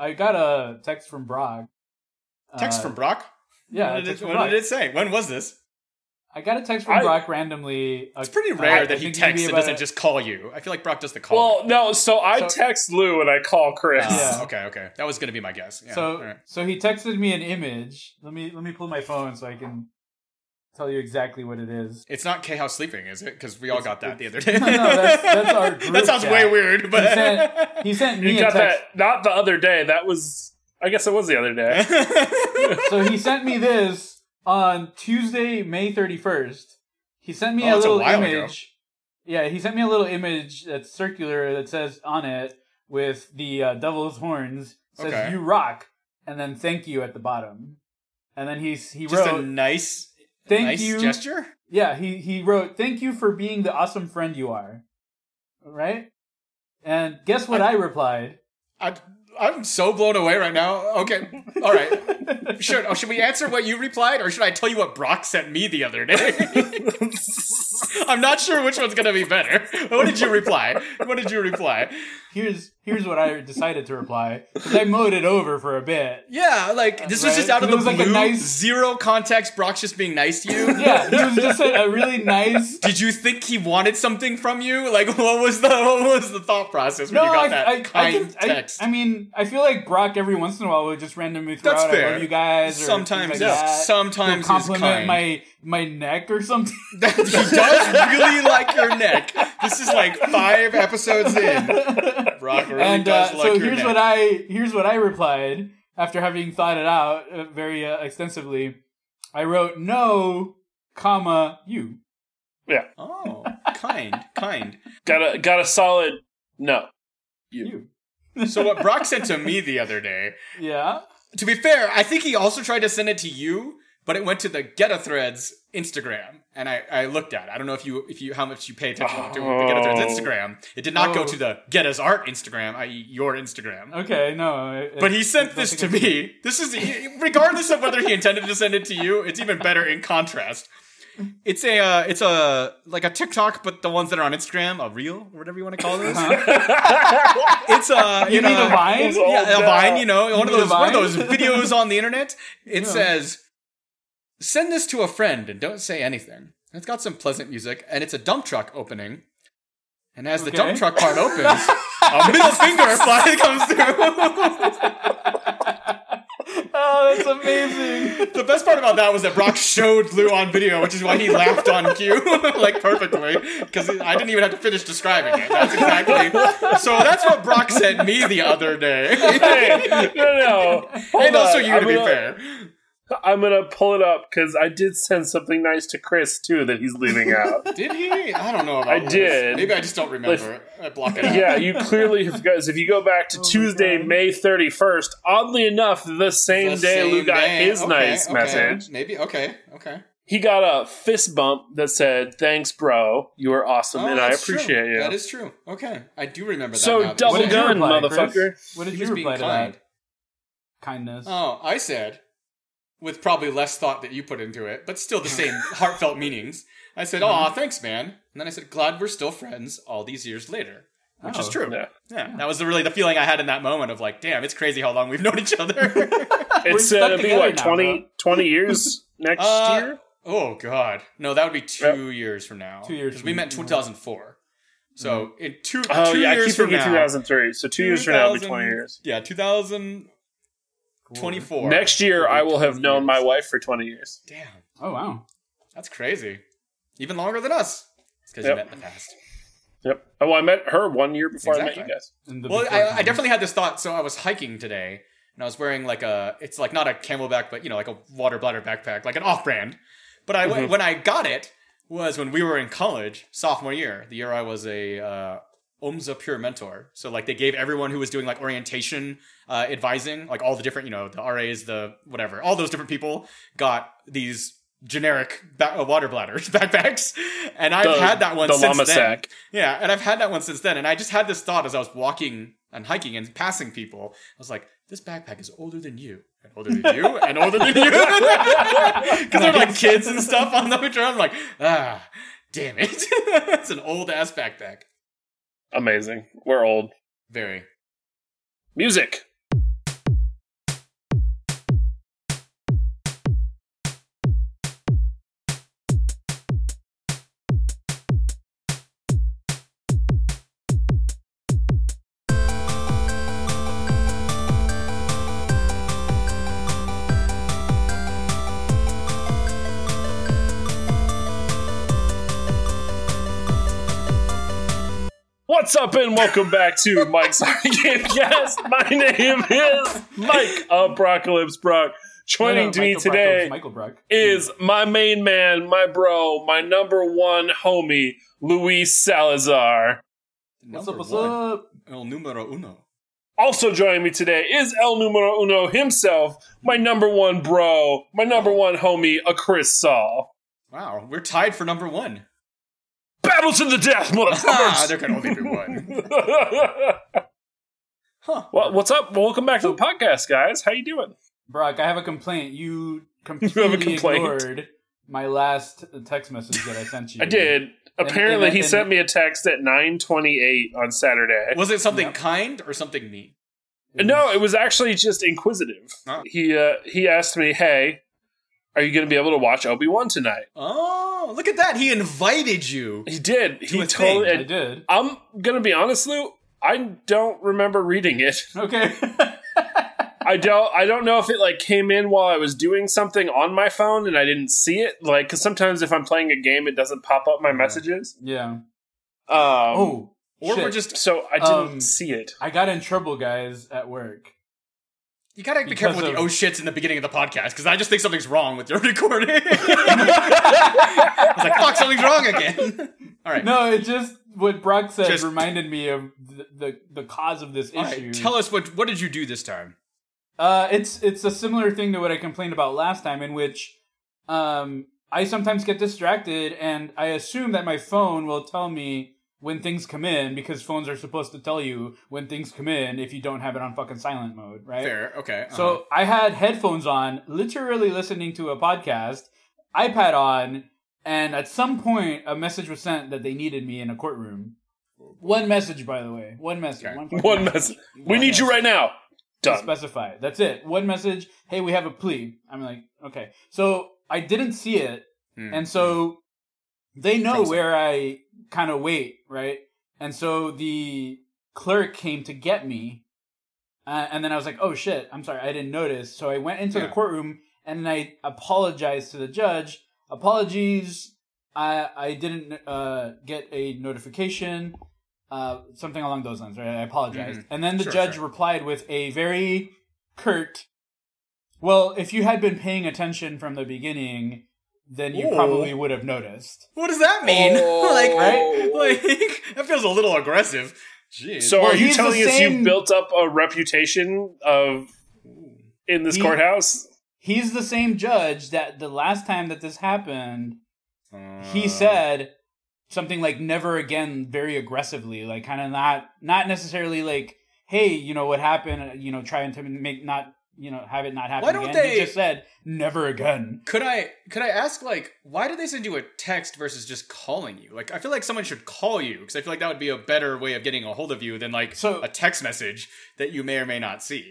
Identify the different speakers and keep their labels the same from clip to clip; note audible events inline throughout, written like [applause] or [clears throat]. Speaker 1: I got a text from Brock. Uh,
Speaker 2: Text from Brock.
Speaker 1: yeah,
Speaker 2: What, did
Speaker 1: text
Speaker 2: it,
Speaker 1: from
Speaker 2: what
Speaker 1: Brock.
Speaker 2: did it say? When was this?
Speaker 1: I got a text from
Speaker 3: I-
Speaker 1: Brock randomly. uh,
Speaker 2: It's pretty rare that he texts and
Speaker 1: and
Speaker 2: doesn't just call you. I feel like Brock does the call.
Speaker 3: Well, no. So I
Speaker 1: So-
Speaker 3: text Lou and I call Chris.
Speaker 1: [laughs]
Speaker 2: Ah,
Speaker 1: Yeah.
Speaker 2: Okay. Okay. That was going to be my guess. Yeah,
Speaker 1: so
Speaker 2: all right.
Speaker 1: so he texted me an image. Let me let me pull my phone so I can tell you exactly what it is.
Speaker 2: it's not K House sleeping, is it? Because we all got that the other day.
Speaker 1: [laughs] No, no, that's- that's
Speaker 2: [laughs]
Speaker 1: our group
Speaker 2: that sounds way
Speaker 1: chat.
Speaker 2: weird, but
Speaker 1: He
Speaker 2: [laughs]
Speaker 1: sent- He sent me
Speaker 3: You
Speaker 1: a
Speaker 3: got
Speaker 1: text.
Speaker 3: that? Not the other day. That was. I guess it was the other
Speaker 1: [laughs]
Speaker 3: day. [laughs]
Speaker 1: So he sent me this on Tuesday, May thirty first. He sent me
Speaker 2: Oh,
Speaker 1: a
Speaker 2: that's a
Speaker 1: little
Speaker 2: while ago.
Speaker 1: image. Yeah, he sent me a little image that's circular that says on it with the uh, devil's horns says
Speaker 2: Okay.
Speaker 1: "You rock" and then "Thank you" at the bottom. And then he's he
Speaker 2: just
Speaker 1: wrote
Speaker 2: a nice,
Speaker 1: Thank
Speaker 2: nice
Speaker 1: you.
Speaker 2: gesture.
Speaker 1: Yeah, he he wrote, "Thank you for being the awesome friend you are." Right? And guess what I, replied? [laughs]
Speaker 2: I, I'm so blown away right now. Okay, all
Speaker 1: [laughs]
Speaker 2: right. Sure. Oh, should we answer what you replied, or should I tell you what Brock sent me the other day?
Speaker 1: [laughs]
Speaker 2: [laughs] I'm not sure which one's gonna be better. What did you reply? What did you reply?
Speaker 1: Here's here's what I decided to reply because I mowed it over for a bit.
Speaker 2: Yeah, like this was
Speaker 1: Right.
Speaker 2: just out of
Speaker 1: It
Speaker 2: the
Speaker 1: was
Speaker 2: blue,
Speaker 1: like a nice-
Speaker 2: zero context. Brock's just being nice to you.
Speaker 1: Yeah, he was just a, a really nice.
Speaker 2: [laughs] Did you think he wanted something from you? Like, what was the what was the thought process when
Speaker 1: No,
Speaker 2: [laughs] you got
Speaker 1: I,
Speaker 2: that
Speaker 1: I, I,
Speaker 2: kind
Speaker 1: can, I,
Speaker 2: text?
Speaker 1: I mean, I feel like Brock every once in a while would just randomly throw
Speaker 2: That's
Speaker 1: out "I
Speaker 2: fair.
Speaker 1: love you guys" or
Speaker 2: sometimes,
Speaker 1: things like
Speaker 2: yes.
Speaker 1: that.
Speaker 2: sometimes
Speaker 1: He'll
Speaker 2: is
Speaker 1: compliment
Speaker 2: kind.
Speaker 1: my my neck or
Speaker 2: [laughs]
Speaker 1: something.
Speaker 2: That- [laughs] he does really like your neck. This is like five episodes in. Brock really
Speaker 1: [laughs] and
Speaker 2: does
Speaker 1: uh,
Speaker 2: like
Speaker 1: so
Speaker 2: your
Speaker 1: here's
Speaker 2: neck.
Speaker 1: what I here's what I replied after having thought it out uh, very uh, extensively. I wrote no, comma you.
Speaker 2: oh, kind, kind.
Speaker 3: Got a got a solid no. [laughs]
Speaker 1: You.
Speaker 2: So what Brock sent to me the other day.
Speaker 1: [laughs] Yeah.
Speaker 2: To be fair, I think he also tried to send it to you, but it went to the Get a Threads Instagram, and I, I looked at. it. I don't know if you if you how much you pay attention to the Get a Threads
Speaker 3: Oh.
Speaker 2: Instagram. It did not
Speaker 1: Oh.
Speaker 2: go to the Get Us Art Instagram, i.e., your Instagram.
Speaker 1: Okay. No. I-
Speaker 2: But he
Speaker 1: I
Speaker 2: sent
Speaker 1: don't
Speaker 2: this
Speaker 1: think
Speaker 2: to
Speaker 1: I- [laughs]
Speaker 2: me. This is regardless of whether he intended to send it to you. It's even better in contrast. It's a uh, it's a like a TikTok, but the ones that are on Instagram, a reel, or whatever you want to call those. [laughs] It's uh, a
Speaker 1: Uh-huh. You mean a vine?
Speaker 2: yeah, a
Speaker 3: Yeah.
Speaker 2: Vine, you know, one
Speaker 1: mean
Speaker 2: of
Speaker 1: a
Speaker 2: those one
Speaker 1: Vine?
Speaker 2: of those videos on the
Speaker 3: [laughs]
Speaker 2: internet. It
Speaker 1: Yeah.
Speaker 2: says, "Send this to a friend and don't say anything." It's got some pleasant music, and it's a dump truck opening. And as the dump
Speaker 1: Okay.
Speaker 2: truck part opens,
Speaker 3: [laughs]
Speaker 2: a middle finger fly [laughs] comes through.
Speaker 1: Oh, that's [laughs] amazing.
Speaker 2: the best part about that was that Brock showed Lou on video, which is why he laughed on cue, [laughs] like perfectly, because I didn't even have to finish describing it. That's
Speaker 3: [laughs]
Speaker 2: exactly. So that's what Brock sent me the other day.
Speaker 3: Hey, no, no.
Speaker 2: [laughs]
Speaker 3: Hold
Speaker 2: and also
Speaker 3: on.
Speaker 2: you,
Speaker 3: I'm
Speaker 2: to be
Speaker 3: gonna-
Speaker 2: fair.
Speaker 3: I'm gonna pull it up because I did send something nice to Chris too that he's leaving
Speaker 1: [laughs]
Speaker 3: out.
Speaker 2: Did he? I don't know about
Speaker 3: I
Speaker 2: this.
Speaker 3: did.
Speaker 2: Maybe I just don't remember. I block it out.
Speaker 3: [laughs] yeah, you clearly have guys. If you go back to
Speaker 1: Oh my
Speaker 3: Tuesday,
Speaker 1: God.
Speaker 3: May 31st, oddly enough, the same
Speaker 2: The
Speaker 3: day Lou
Speaker 2: same
Speaker 3: got
Speaker 2: day.
Speaker 3: his
Speaker 2: Okay,
Speaker 3: nice
Speaker 2: okay.
Speaker 3: message,
Speaker 2: Maybe. Okay. Okay.
Speaker 3: he got a fist bump that said, "Thanks, bro. You are awesome,
Speaker 2: Oh,
Speaker 3: and I
Speaker 2: that's true.
Speaker 3: appreciate you."
Speaker 2: That is true. Okay. I do remember that.
Speaker 3: So
Speaker 2: now that you
Speaker 3: double
Speaker 2: say it.
Speaker 1: did you
Speaker 3: gun,
Speaker 1: reply,
Speaker 3: motherfucker.
Speaker 1: Chris? What did
Speaker 2: He
Speaker 1: you
Speaker 2: was being
Speaker 1: reply to
Speaker 2: kind.
Speaker 1: that? Kindness.
Speaker 2: Oh, I said, with probably less thought that you put into it, but still
Speaker 1: [laughs]
Speaker 2: the same heartfelt meanings. I said,
Speaker 3: Mm-hmm.
Speaker 2: "Aw, thanks, man," and then I said, "Glad we're still friends all these years later," which is
Speaker 1: Oh.
Speaker 2: true. [laughs]
Speaker 3: Yeah.
Speaker 2: Yeah, that was the- really the feeling I had in that moment of like, "Damn, it's crazy how long we've known each other."
Speaker 1: [laughs] We're
Speaker 3: It's uh,
Speaker 1: stuck
Speaker 3: it'll be
Speaker 1: together
Speaker 3: what
Speaker 1: now,
Speaker 3: 20, 20
Speaker 2: [laughs]
Speaker 3: years next
Speaker 2: Uh,
Speaker 3: year.
Speaker 2: Oh God, no, that would be two years from now.
Speaker 1: Two years
Speaker 2: 'Cause
Speaker 1: from
Speaker 2: we met
Speaker 1: now.
Speaker 2: 2004. So in two
Speaker 3: Oh
Speaker 2: two
Speaker 3: yeah, I
Speaker 2: years
Speaker 3: keep
Speaker 2: from
Speaker 3: thinking
Speaker 2: now,
Speaker 3: 2003. So two years from now, it'll be
Speaker 2: 2000
Speaker 3: 20 years.
Speaker 2: Yeah, 2024.
Speaker 1: Cool.
Speaker 3: Next year,
Speaker 2: It'll be
Speaker 3: I will have
Speaker 2: 20
Speaker 3: known my
Speaker 2: years.
Speaker 3: wife for 20 years.
Speaker 2: Damn,
Speaker 1: Oh wow.
Speaker 2: that's crazy. Even longer than us. It's because
Speaker 3: Yep.
Speaker 2: you met in the past.
Speaker 3: Yep. Oh, well, I met her one year before I met
Speaker 2: Exactly.
Speaker 3: you guys.
Speaker 1: In the
Speaker 2: Well,
Speaker 1: before
Speaker 2: I, I
Speaker 1: times.
Speaker 2: definitely had this thought. So I was hiking today, and I was wearing like a, it's like not a camelback, but you know, like a water bladder backpack, like an off-brand. But I
Speaker 3: Mhm.
Speaker 2: when I got it was when we were in college, sophomore year, the year I was a uh, OMSA peer mentor. So like they gave everyone who was doing like orientation uh, advising, like all the different, you know, the RAs, the whatever, all those different people got these generic ba- uh, water bladders [laughs] backpacks, and I've
Speaker 3: The-
Speaker 2: had that one
Speaker 3: the
Speaker 2: since
Speaker 3: llama
Speaker 2: then.
Speaker 3: sack.
Speaker 2: Yeah, and I've had that one since then. And I just had this thought as I was walking and hiking and passing people. I was like, this backpack is older than you, and older than you,
Speaker 1: [laughs]
Speaker 2: and [laughs] older than you.
Speaker 3: [laughs]
Speaker 2: Because they're like kids and stuff on the [laughs] picture. I'm like, ah, damn it. [laughs] it's an old ass backpack.
Speaker 3: Amazing. We're old.
Speaker 2: Very.
Speaker 3: Music. What's up, and welcome back to Mike's [laughs] Gamecast. My name is Mike Apocalypse Brock. Joining
Speaker 1: No, no,
Speaker 3: me
Speaker 1: Michael Brock,
Speaker 3: today
Speaker 1: oh, Michael Brock.
Speaker 3: is my main man, my bro, my number one homie, Luis Salazar.
Speaker 1: What's
Speaker 2: Number
Speaker 1: up? What's
Speaker 2: one.
Speaker 1: up?
Speaker 2: El numero uno.
Speaker 3: Also joining me today is El Numero Uno himself, my number one bro, my number one homie, a Chris Saul.
Speaker 2: Wow, we're tied for
Speaker 1: [laughs]
Speaker 2: number one.
Speaker 3: Battle to the
Speaker 2: Ah,
Speaker 3: death,
Speaker 2: [laughs]
Speaker 3: motherfuckers! [laughs]
Speaker 2: there can only
Speaker 1: [laughs]
Speaker 2: be one. Huh.
Speaker 3: well, what's up? Welcome back to the podcast, guys. How you doing?
Speaker 1: Brock, I have a complaint. [laughs] You completely
Speaker 3: You have a complaint?
Speaker 1: ignored my last text message that [laughs] I sent you.
Speaker 3: I did. Apparently,
Speaker 1: and-
Speaker 3: he
Speaker 1: and-
Speaker 3: sent me a text at 9:28 on Saturday.
Speaker 2: Was it something
Speaker 1: Yep.
Speaker 2: kind or something mean?
Speaker 3: No, it was actually just inquisitive.
Speaker 2: Ah.
Speaker 3: He uh, he asked me, "Hey, are you going to be able to watch Obi Wan tonight?"
Speaker 2: Oh, look at that. He invited you.
Speaker 3: He did.
Speaker 2: a
Speaker 3: He
Speaker 2: thing.
Speaker 3: told.
Speaker 1: I
Speaker 3: And
Speaker 1: did.
Speaker 3: I'm going to be honest, Lou. I don't remember reading it.
Speaker 1: Okay. [laughs]
Speaker 3: I don't. I don't know if it like came in while I was doing something on my phone and I didn't see it. Like, because sometimes if I'm playing a game, it doesn't pop up my messages.
Speaker 1: yeah.
Speaker 3: Um,
Speaker 1: Oh,
Speaker 2: Or
Speaker 1: shit.
Speaker 2: we're just,
Speaker 3: so I didn't
Speaker 1: um,
Speaker 3: see it.
Speaker 1: I got in trouble, guys, at [laughs] work.
Speaker 2: you gotta be
Speaker 1: Because
Speaker 2: careful with the
Speaker 1: of-
Speaker 2: oh shits in the beginning of the podcast, because I just think something's wrong with your [laughs] recording. I was like, fuck, something's wrong again. [laughs] All right.
Speaker 1: No, it just what Brock said
Speaker 2: Just-
Speaker 1: reminded me of the, the the cause of this
Speaker 2: All
Speaker 1: issue.
Speaker 2: right. Tell us what what did you do this time?
Speaker 1: Uh, it's it's a similar thing to what I complained about last time, in which um, I sometimes get distracted, and I assume that my phone will tell me when things come in because phones are supposed to tell you when things come in if you don't have it on fucking silent mode, right?
Speaker 2: Fair. Okay. uh-huh.
Speaker 1: So I had headphones on, literally listening to a podcast, iPad on, and at some point a message was sent that they needed me in a courtroom. One message, by the way, one message,
Speaker 2: Okay.
Speaker 1: one, fucking
Speaker 3: One message. We need you right now. Done.
Speaker 1: specify. That's it. One message. Hey, we have a plea. I'm like, okay. So I didn't see it,
Speaker 2: Hmm.
Speaker 1: and so they know
Speaker 2: Frozen.
Speaker 1: where I kind of wait, right? And so the clerk came to get me, uh, and then I was like, oh shit, I'm sorry, I didn't notice. So I went into
Speaker 2: Yeah.
Speaker 1: the courtroom and I apologized to the judge. Apologies. I I didn't uh, get a notification, uh, something along those lines. Right, I apologized,
Speaker 2: Mm-hmm.
Speaker 1: and then the
Speaker 2: Sure,
Speaker 1: judge
Speaker 2: sure.
Speaker 1: replied with a very curt, "Well, if you had been paying attention from the beginning, then you
Speaker 2: Ooh.
Speaker 1: probably would have noticed."
Speaker 2: what does that mean? [laughs] like,
Speaker 3: Oh.
Speaker 2: like [laughs] that feels a little aggressive. Jeez.
Speaker 3: So
Speaker 1: Well,
Speaker 3: are you
Speaker 1: he's the
Speaker 3: telling us
Speaker 1: same-
Speaker 3: you built up a reputation of in this
Speaker 1: He-
Speaker 3: courthouse?
Speaker 1: He's the same judge that the last time that this happened,
Speaker 2: Uh,
Speaker 1: he said something like "never again" very aggressively, like kind of not not necessarily like "hey, you know what happened," uh, you know, trying to make not you know have it not happen.
Speaker 2: Why don't
Speaker 1: again. He
Speaker 2: they-
Speaker 1: just said "never again"?
Speaker 2: Could I could I ask like why did they send you a text versus just calling you? Like I feel like someone should call you because I feel like that would be a better way of getting a hold of you than like
Speaker 1: So-
Speaker 2: a text message that you may or may not see.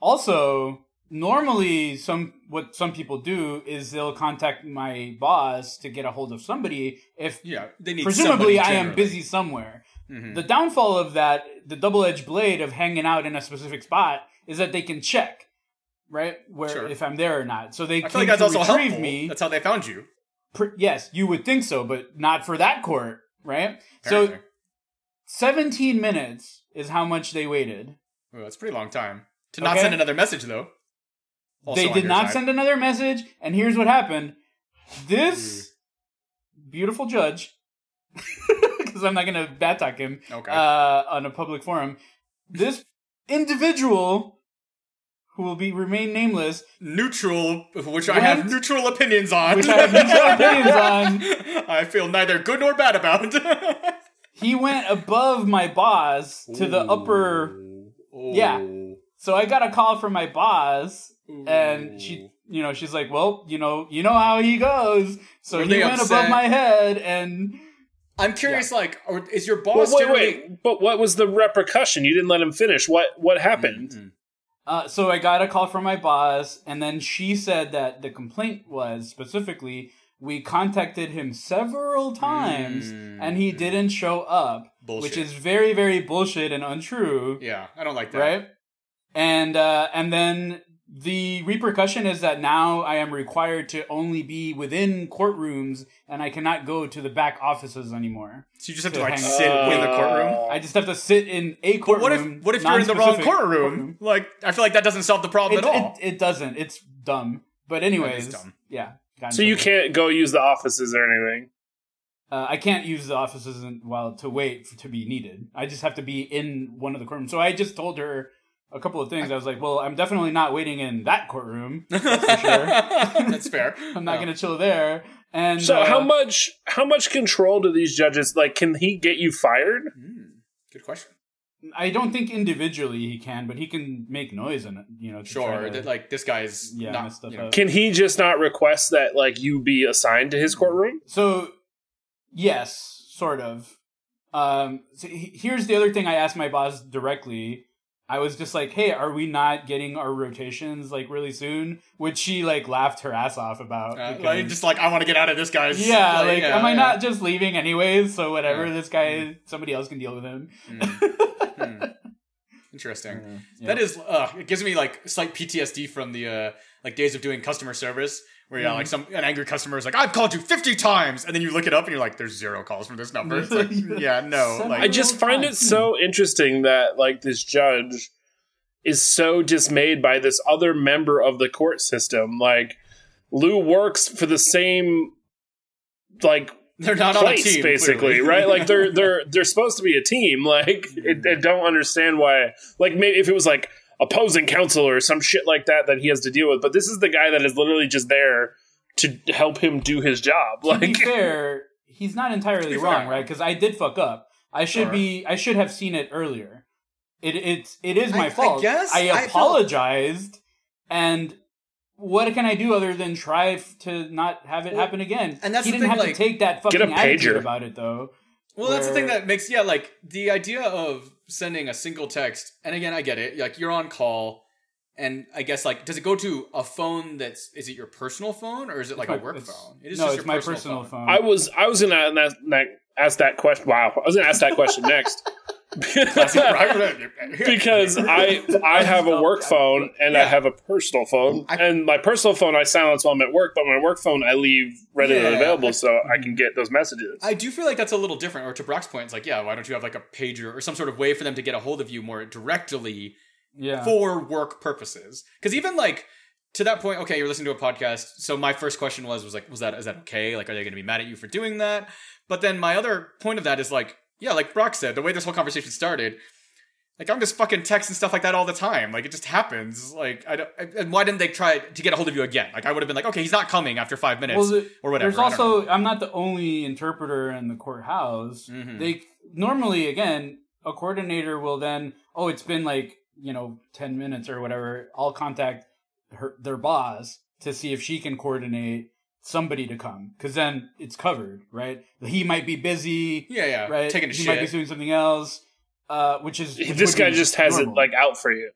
Speaker 1: Also, normally some what some people do is they'll contact my boss to get a hold of somebody if
Speaker 2: Yeah, they need
Speaker 1: presumably
Speaker 2: somebody
Speaker 1: I am
Speaker 2: generally.
Speaker 1: busy somewhere.
Speaker 2: Mhm.
Speaker 1: The downfall of that, the double-edged blade of hanging out in a specific spot, is that they can check, right, where
Speaker 2: Sure.
Speaker 1: if I'm there or not. So they
Speaker 2: I
Speaker 1: came
Speaker 2: feel like that's
Speaker 1: to
Speaker 2: also
Speaker 1: retrieve
Speaker 2: helpful.
Speaker 1: me.
Speaker 2: That's how they found you.
Speaker 1: Pr- yes, you would think so, but not for that court, right? So
Speaker 2: Apparently.
Speaker 1: 17 minutes is how much they waited.
Speaker 2: Ooh, that's a pretty long time to not
Speaker 1: Okay.
Speaker 2: send another message though. Also
Speaker 1: they
Speaker 2: on
Speaker 1: did
Speaker 2: your
Speaker 1: not
Speaker 2: side.
Speaker 1: send another message, and here's what happened. This
Speaker 2: Mm.
Speaker 1: beautiful judge, [laughs] because I'm not going to bat talk him,
Speaker 2: Okay.
Speaker 1: uh, on a public forum. This individual, who will be remain nameless,
Speaker 2: neutral, which I have
Speaker 1: Went-
Speaker 2: neutral opinions on.
Speaker 1: which I have
Speaker 2: [laughs]
Speaker 1: neutral opinions on,
Speaker 2: I feel neither good nor bad about. [laughs]
Speaker 1: he went above my boss to the upper. Yeah. So I got a call from my boss, and she, you know, she's like, "Well, you know, you know how he goes." So
Speaker 2: Were
Speaker 1: he
Speaker 2: they
Speaker 1: went
Speaker 2: upset?
Speaker 1: above my head, and
Speaker 2: I'm curious, like, or is your
Speaker 3: Well,
Speaker 2: boss
Speaker 3: wait,
Speaker 2: generally?
Speaker 3: wait. But what was the repercussion? You didn't let him finish. What what happened?
Speaker 2: Mm,
Speaker 1: Uh, so I got a call from my boss, and then she said that the complaint was specifically we contacted him several times
Speaker 2: Mm.
Speaker 1: and he didn't show up,
Speaker 2: Bullshit.
Speaker 1: which is very, very bullshit and untrue,
Speaker 2: yeah, I don't like that.
Speaker 1: right? And uh, and then The repercussion is that now I am required to only be within courtrooms and I cannot go to the back offices anymore.
Speaker 2: So you just have
Speaker 1: To
Speaker 2: to like
Speaker 1: hang
Speaker 2: sit in the courtroom.
Speaker 1: I just have to sit in a
Speaker 2: But
Speaker 1: courtroom.
Speaker 2: what if what if you're in the wrong
Speaker 1: non-specific
Speaker 2: courtroom? Like I feel like that doesn't solve the problem
Speaker 1: It,
Speaker 2: at all.
Speaker 1: it, it doesn't. It's dumb. But anyways,
Speaker 2: dumb.
Speaker 1: yeah. gotten
Speaker 3: so you
Speaker 1: somewhere.
Speaker 3: can't go use the offices or anything.
Speaker 1: Uh, I can't use the offices in, while to wait for, to be needed. I just have to be in one of the courtrooms. So I just told her a couple of things. I was like, "Well, I'm definitely not waiting in that
Speaker 2: [laughs]
Speaker 1: courtroom. That's for sure.
Speaker 2: That's fair. Oh.
Speaker 1: I'm not going to chill there." And
Speaker 3: So
Speaker 1: uh,
Speaker 3: how much how much control do these judges like? Can he get you fired?
Speaker 2: Hmm. Good question.
Speaker 1: I don't think individually he can, but he can make noise and you know. to
Speaker 2: Sure.
Speaker 1: try to-
Speaker 2: that, like this guy's
Speaker 1: Yeah,
Speaker 2: not.
Speaker 1: messed up
Speaker 2: you know,
Speaker 1: out.
Speaker 3: Can he just not request that like you be assigned to his courtroom?
Speaker 1: So, yes, sort of. Um, so he- here's the other thing I asked my boss directly. I was just like, "Hey, are we not getting our rotations like really soon?" Which she like laughed her ass off about.
Speaker 2: uh,
Speaker 1: because-
Speaker 2: like, just like I want to get out of this guy's.
Speaker 1: yeah, like, am I
Speaker 2: yeah.
Speaker 1: not just leaving anyways? So whatever,
Speaker 2: Yeah. Mm-hmm.
Speaker 1: this guy, somebody else can deal with him.
Speaker 2: Hmm.
Speaker 1: [laughs]
Speaker 2: Hmm. Interesting. That is, uh, it gives me like slight PTSD from the uh, like days of doing customer service, where yeah,
Speaker 1: Mm-hmm.
Speaker 2: like some an angry customer is like, "I've called you fifty times," and then you look it up and you're like, "There's zero calls from this number." It's like,
Speaker 1: [laughs]
Speaker 2: yeah, no,
Speaker 1: Son
Speaker 2: like
Speaker 3: I just
Speaker 1: Well,
Speaker 3: find
Speaker 1: fine.
Speaker 3: it so interesting that like this judge is so dismayed by this other member of the court system. Like Lou works for the same like
Speaker 2: they're not on a
Speaker 3: place,
Speaker 2: team,
Speaker 3: basically,
Speaker 2: clearly.
Speaker 3: right? Like
Speaker 2: [laughs]
Speaker 3: they're they're they're supposed to be a team. Like it, I don't understand why. Like maybe if it was like opposing counsel or some shit like that that he has to deal with, but this is the guy that is literally just there to help him do
Speaker 2: [laughs]
Speaker 3: his job.
Speaker 1: to be
Speaker 3: Like
Speaker 1: fair, he's not entirely
Speaker 2: To be
Speaker 1: wrong,
Speaker 2: fair.
Speaker 1: right? Because I did fuck up. I should
Speaker 2: Sure.
Speaker 1: be. I should have seen it earlier. It it's it is
Speaker 2: I-
Speaker 1: my
Speaker 2: I
Speaker 1: fault.
Speaker 2: guess. I felt-
Speaker 1: apologized, and what can I do other than try f- to not have it
Speaker 2: Well,
Speaker 1: happen again?
Speaker 2: and that's
Speaker 1: he
Speaker 2: the
Speaker 1: didn't
Speaker 2: thing,
Speaker 1: have
Speaker 2: like,
Speaker 1: to take that
Speaker 3: Get
Speaker 1: fucking
Speaker 3: a
Speaker 1: attitude
Speaker 3: pager.
Speaker 1: about it though.
Speaker 2: Well, that's the thing
Speaker 1: where-
Speaker 2: that makes yeah, like the idea of sending a single text, and again, I get it. Like you're on call, and I guess like does it go to a phone that's is it your personal phone or is it like a
Speaker 1: It's my-
Speaker 2: work
Speaker 1: it's-
Speaker 2: phone? It is
Speaker 1: no,
Speaker 2: just
Speaker 1: it's
Speaker 2: your
Speaker 1: my personal phone.
Speaker 3: I was I was gonna ask that, ask that question. Wow, I was gonna ask that question next.
Speaker 1: [laughs]
Speaker 3: because I I have a work phone and I
Speaker 2: Yeah.
Speaker 3: have a personal phone,
Speaker 2: I-
Speaker 3: and my personal phone I silence while I'm at work, but my work phone I leave readily
Speaker 2: Yeah.
Speaker 3: available so I can get those messages.
Speaker 2: I do feel like that's a little different. Or to Brock's point, it's like, yeah, why don't you have like a pager or some sort of way for them to get a hold of you more directly
Speaker 1: yeah.
Speaker 2: for work purposes? Because even like to that point, okay, you're listening to a podcast. So my first question was, was like, was that is that okay? Like, are they going to be mad at you for doing that? But then my other point of that is like, yeah, like Brock said, the way this whole conversation started. Like I'm just fucking texting stuff like that all the time. Like it just happens. Like I don't. And why didn't they try to get a hold of you again? Like I would have been like, okay, he's not coming after five minutes
Speaker 1: Well, the-
Speaker 2: or whatever.
Speaker 1: There's also I'm not the only interpreter in the courthouse.
Speaker 2: Mhm.
Speaker 1: They normally again a coordinator will then oh it's been like you know ten minutes or whatever. I'll contact her their boss to see if she can coordinate somebody to come because then it's covered right. He might be busy
Speaker 2: yeah, yeah,
Speaker 1: right.
Speaker 2: taking a
Speaker 1: he
Speaker 2: shit.
Speaker 1: might be doing something else. Uh, which
Speaker 2: [laughs]
Speaker 1: is which
Speaker 3: this
Speaker 1: would
Speaker 3: guy
Speaker 1: be
Speaker 3: just has
Speaker 1: normal.
Speaker 3: it like out for you.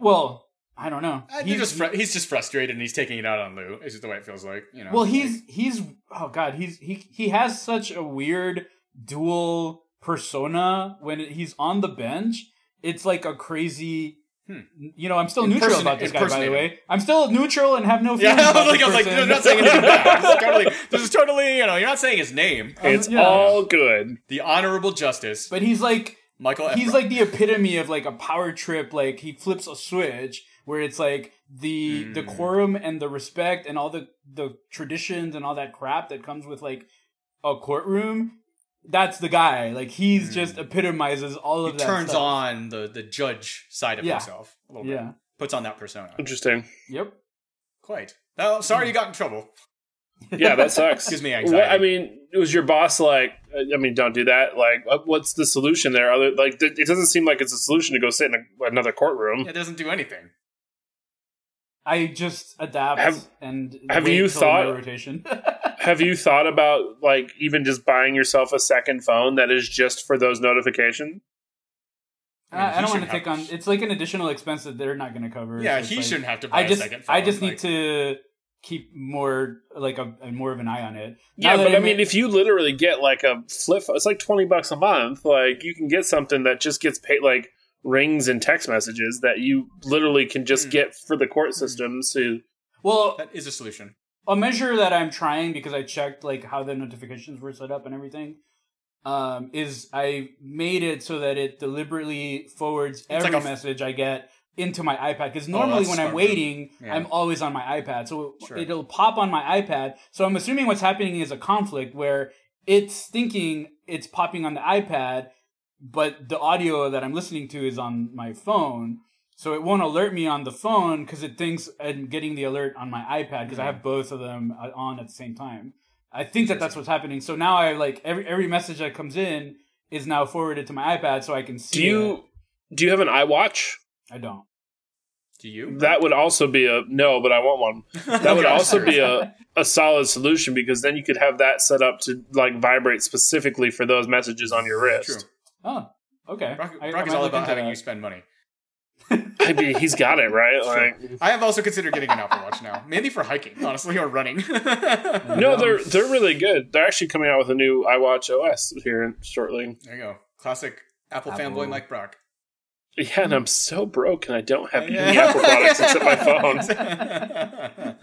Speaker 1: well I don't know
Speaker 2: Uh,
Speaker 1: He-
Speaker 2: they're just fr- he's just frustrated and he's taking it out on Lou. Is just the way it feels like. You know.
Speaker 1: Well, he's he's oh god, he's he he has such a weird dual persona when he's on the bench. It's like a crazy.
Speaker 2: Hmm.
Speaker 1: You know, I'm still neutral
Speaker 2: Impersonate-
Speaker 1: about this guy. By the
Speaker 2: impersonator.
Speaker 1: way, I'm still neutral and have [laughs] no
Speaker 2: yeah, [laughs]
Speaker 1: feelings. about this
Speaker 2: I was like, I was like,
Speaker 1: person.
Speaker 2: no, not saying anything bad.
Speaker 1: [laughs]
Speaker 2: This is totally, this is totally, you know, you're not saying his name.
Speaker 3: It's
Speaker 1: yeah.
Speaker 3: all good.
Speaker 2: The Honorable Justice
Speaker 1: but he's like
Speaker 2: Michael.
Speaker 1: he's
Speaker 2: Efron.
Speaker 1: like the epitome of like a power trip. Like he flips a switch where it's like the
Speaker 2: Hmm.
Speaker 1: decorum and the respect and all the the traditions and all that crap that comes with like a courtroom. That's the guy. Like he's
Speaker 2: Hmm.
Speaker 1: just epitomizes all
Speaker 2: he
Speaker 1: of that.
Speaker 2: turns
Speaker 1: stuff.
Speaker 2: on the the judge side of
Speaker 1: Yeah.
Speaker 2: himself a little bit.
Speaker 1: Yeah.
Speaker 2: Puts on that persona.
Speaker 3: Interesting.
Speaker 1: Yep.
Speaker 2: Quite. Oh, sorry, you got in
Speaker 1: [laughs]
Speaker 2: trouble.
Speaker 3: Yeah, that sucks.
Speaker 2: [laughs] Gives me anxiety.
Speaker 3: What, I mean, was your boss like? I mean, don't do that. Like, what- what's the solution there? Other like, th- it doesn't seem like it's a solution to go sit in a, another courtroom.
Speaker 2: it doesn't do anything.
Speaker 1: I just adapt
Speaker 3: Have-
Speaker 1: and
Speaker 3: have
Speaker 1: wait
Speaker 3: you
Speaker 1: till
Speaker 3: thought-
Speaker 1: my
Speaker 3: [laughs]
Speaker 1: rotation?
Speaker 3: Have you thought about like even just buying yourself a second phone that is just for those notifications?
Speaker 2: I mean,
Speaker 1: I, I
Speaker 2: he
Speaker 1: don't want to
Speaker 2: should
Speaker 1: take on.
Speaker 2: have-
Speaker 1: It's like an additional expense that they're not going to cover.
Speaker 2: yeah,
Speaker 1: so it's
Speaker 2: he
Speaker 1: like-
Speaker 2: shouldn't have to buy
Speaker 1: I just
Speaker 2: a second.
Speaker 1: I just
Speaker 2: phone,
Speaker 1: need
Speaker 2: like-
Speaker 1: to keep more like a, a more of an eye on it. Now
Speaker 3: Yeah,
Speaker 1: that
Speaker 3: but I
Speaker 1: may-
Speaker 3: mean, if you literally get like a flip, it's like twenty bucks a month. Like you can get something that just gets paid like rings and text messages that you literally can just
Speaker 2: Mm.
Speaker 3: get for the court systems to
Speaker 1: Well,
Speaker 2: That is a solution.
Speaker 1: a measure that I'm trying because I checked like how the notifications were set up and everything um, is I made it so that it deliberately forwards every
Speaker 2: like a f-
Speaker 1: message I get into my iPad because
Speaker 2: Oh,
Speaker 1: normally
Speaker 2: that's
Speaker 1: when I'm
Speaker 2: smart.
Speaker 1: waiting
Speaker 2: Yeah.
Speaker 1: I'm always on my iPad so
Speaker 2: Sure.
Speaker 1: it'll pop on my iPad so I'm assuming what's happening is a conflict where it's thinking it's popping on the iPad but the audio that I'm listening to is on my phone so it won't alert me on the phone because it thinks I'm getting the alert on my iPad because I have
Speaker 2: Mm-hmm.
Speaker 1: both of them uh, on at the same time. I think that that's what's happening. So now I like every every message that comes in is now forwarded to my iPad so I can see.
Speaker 3: do you
Speaker 1: it.
Speaker 3: do you have an iWatch?
Speaker 1: I don't. [laughs]
Speaker 2: Do you? [laughs]
Speaker 3: That would also be a no, but I want one. That would
Speaker 2: Okay.
Speaker 3: also be a, a solid solution because then you could have that set up to like vibrate specifically for those messages on your wrist.
Speaker 2: True.
Speaker 1: Oh, okay.
Speaker 2: Brock,
Speaker 1: I- I
Speaker 2: Brock is
Speaker 1: might
Speaker 2: all
Speaker 1: look
Speaker 2: about
Speaker 1: into
Speaker 2: having
Speaker 1: that.
Speaker 2: you spend money.
Speaker 3: I mean, he's got it right. Like,
Speaker 2: I have also considered getting an Apple Watch now, [laughs] mainly for hiking, honestly, or running. [laughs] there
Speaker 3: no, they're they're really good. They're actually coming out with a new iWatch OS here shortly.
Speaker 2: you go. Classic Apple,
Speaker 4: Apple.
Speaker 2: fanboy Mike Brock.
Speaker 3: Yeah, and I'm so broke, and I don't have any Apple products
Speaker 2: [laughs]
Speaker 3: except my phone.
Speaker 2: phone.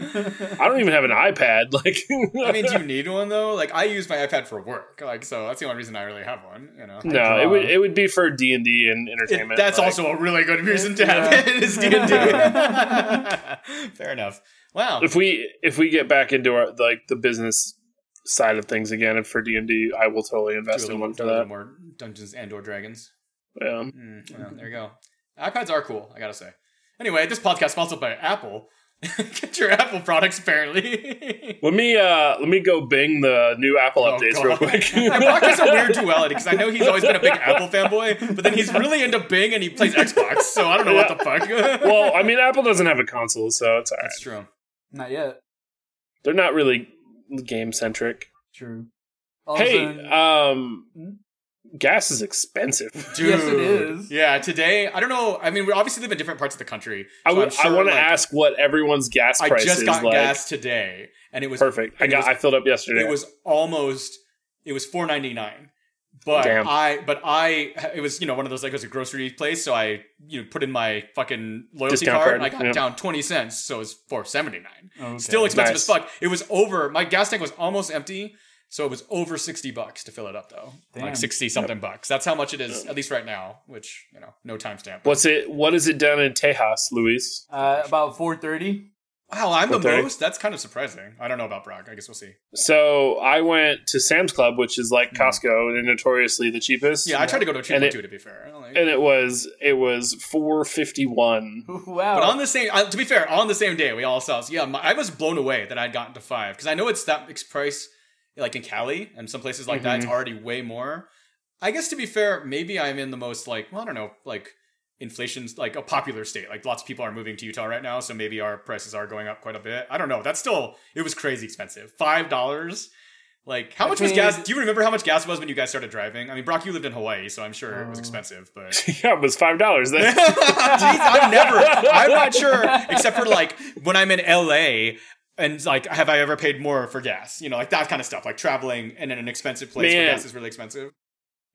Speaker 3: I don't even have an iPad. [laughs] Like,
Speaker 2: [laughs] I mean, do you need one though? Like, I use my iPad for work, like, so that's the only reason I really have one. You know,
Speaker 3: no, it would it would be for D and D and
Speaker 2: It-
Speaker 3: entertainment.
Speaker 2: that's
Speaker 3: like-
Speaker 2: also a really good reason to have
Speaker 1: Yeah.
Speaker 2: it. Is D and D. Fair enough. Wow.
Speaker 3: if we if we get back into our like the business side of things again and for d&d i will totally
Speaker 2: Do a
Speaker 3: invest in
Speaker 2: little-
Speaker 3: one
Speaker 2: do
Speaker 3: for
Speaker 2: a little
Speaker 3: that
Speaker 2: more Dungeons and or Dragons.
Speaker 3: yeah.
Speaker 2: Mm, well, there you go. iPads are cool, I gotta say. Anyway, this podcast sponsored by Apple. [laughs] Get your Apple products, apparently. [laughs]
Speaker 3: let me uh let me go bing the new apple
Speaker 2: Oh,
Speaker 3: updates
Speaker 2: God.
Speaker 3: real
Speaker 2: [laughs]
Speaker 3: quick
Speaker 2: And Brock has a weird duality because I know he's always been a big Apple fanboy, but then
Speaker 3: [laughs]
Speaker 2: he's really into Bing and he plays Xbox, so I don't know what the fuck. [laughs]
Speaker 3: well i mean apple doesn't have a console so it's all right
Speaker 2: that's true.
Speaker 1: Not yet.
Speaker 3: they're not really game centric
Speaker 1: True. All of a
Speaker 3: hey
Speaker 2: uh,
Speaker 1: sudden-
Speaker 3: um
Speaker 1: Hmm?
Speaker 3: gas is expensive
Speaker 2: Dude.
Speaker 1: Yes, it is.
Speaker 2: Yeah, today, I don't know. I mean, we obviously live in different parts of the country.
Speaker 3: [laughs] i
Speaker 2: so
Speaker 3: would
Speaker 2: I'm sure,
Speaker 3: i want to
Speaker 2: like,
Speaker 3: ask what everyone's gas
Speaker 2: I
Speaker 3: price
Speaker 2: just
Speaker 3: is
Speaker 2: got
Speaker 3: like
Speaker 2: gas today, and it was
Speaker 3: perfect i
Speaker 2: it
Speaker 3: got
Speaker 2: was-
Speaker 3: i filled up yesterday
Speaker 2: It was almost. It was four ninety nine, but
Speaker 3: Damn.
Speaker 2: I but I it was you know one of those like it was a grocery place, so I you know put in my fucking loyalty
Speaker 3: Discount
Speaker 2: card,
Speaker 3: card,
Speaker 2: and I got
Speaker 3: yeah.
Speaker 2: down twenty cents, so it was four seventy nine.
Speaker 1: Oh, Okay.
Speaker 2: Still expensive as
Speaker 3: Nice.
Speaker 2: fuck. It was over. My gas tank was almost empty, so it was over sixty bucks to fill it up though,
Speaker 1: Damn.
Speaker 2: like sixty something bucks. That's how much it is at least right now, which you know no timestamp.
Speaker 3: what's it what is it down in tejas luis
Speaker 1: uh, about four thirty. [laughs]
Speaker 2: Wow, I'm the
Speaker 3: 430?
Speaker 2: most. That's kind of surprising. I don't know about Brock. I guess we'll see.
Speaker 3: So I went to Sam's Club, which is like Costco and notoriously the cheapest.
Speaker 2: Hmm. Yeah, I tried to go to a cheap
Speaker 3: And
Speaker 2: one
Speaker 3: it-
Speaker 2: too. To be fair, Like-
Speaker 3: and it was it was four fifty one.
Speaker 1: Wow.
Speaker 2: But on the same, uh, to be fair, on the same day, we all saw. So yeah, my, I was blown away that I'd gotten to five because I know it's that ex- price, like in Cali and some places like that, it's
Speaker 1: Mm-hmm.
Speaker 2: already way more. I guess to be fair, maybe I'm in the most like well, I don't know, like inflation's like a popular state. Like lots of people are moving to Utah right now, so maybe our prices are going up quite a bit. I don't know. That's still it was crazy expensive. Five dollars. Like how much was
Speaker 1: paid-
Speaker 2: gas? Do you remember how much gas was when you guys started driving? I mean, Brock, you lived in Hawaii, so I'm sure it
Speaker 1: Oh.
Speaker 2: was expensive, but
Speaker 3: [laughs] yeah, it was
Speaker 2: [laughs]
Speaker 3: five dollars.
Speaker 2: Jeez,
Speaker 3: Then
Speaker 2: I'm never. I'm not sure, except for like when I'm in LA. And like, have I ever paid more for gas? You know, like that kind of stuff. Like traveling and in an expensive place where
Speaker 3: Man.
Speaker 2: gas is really expensive.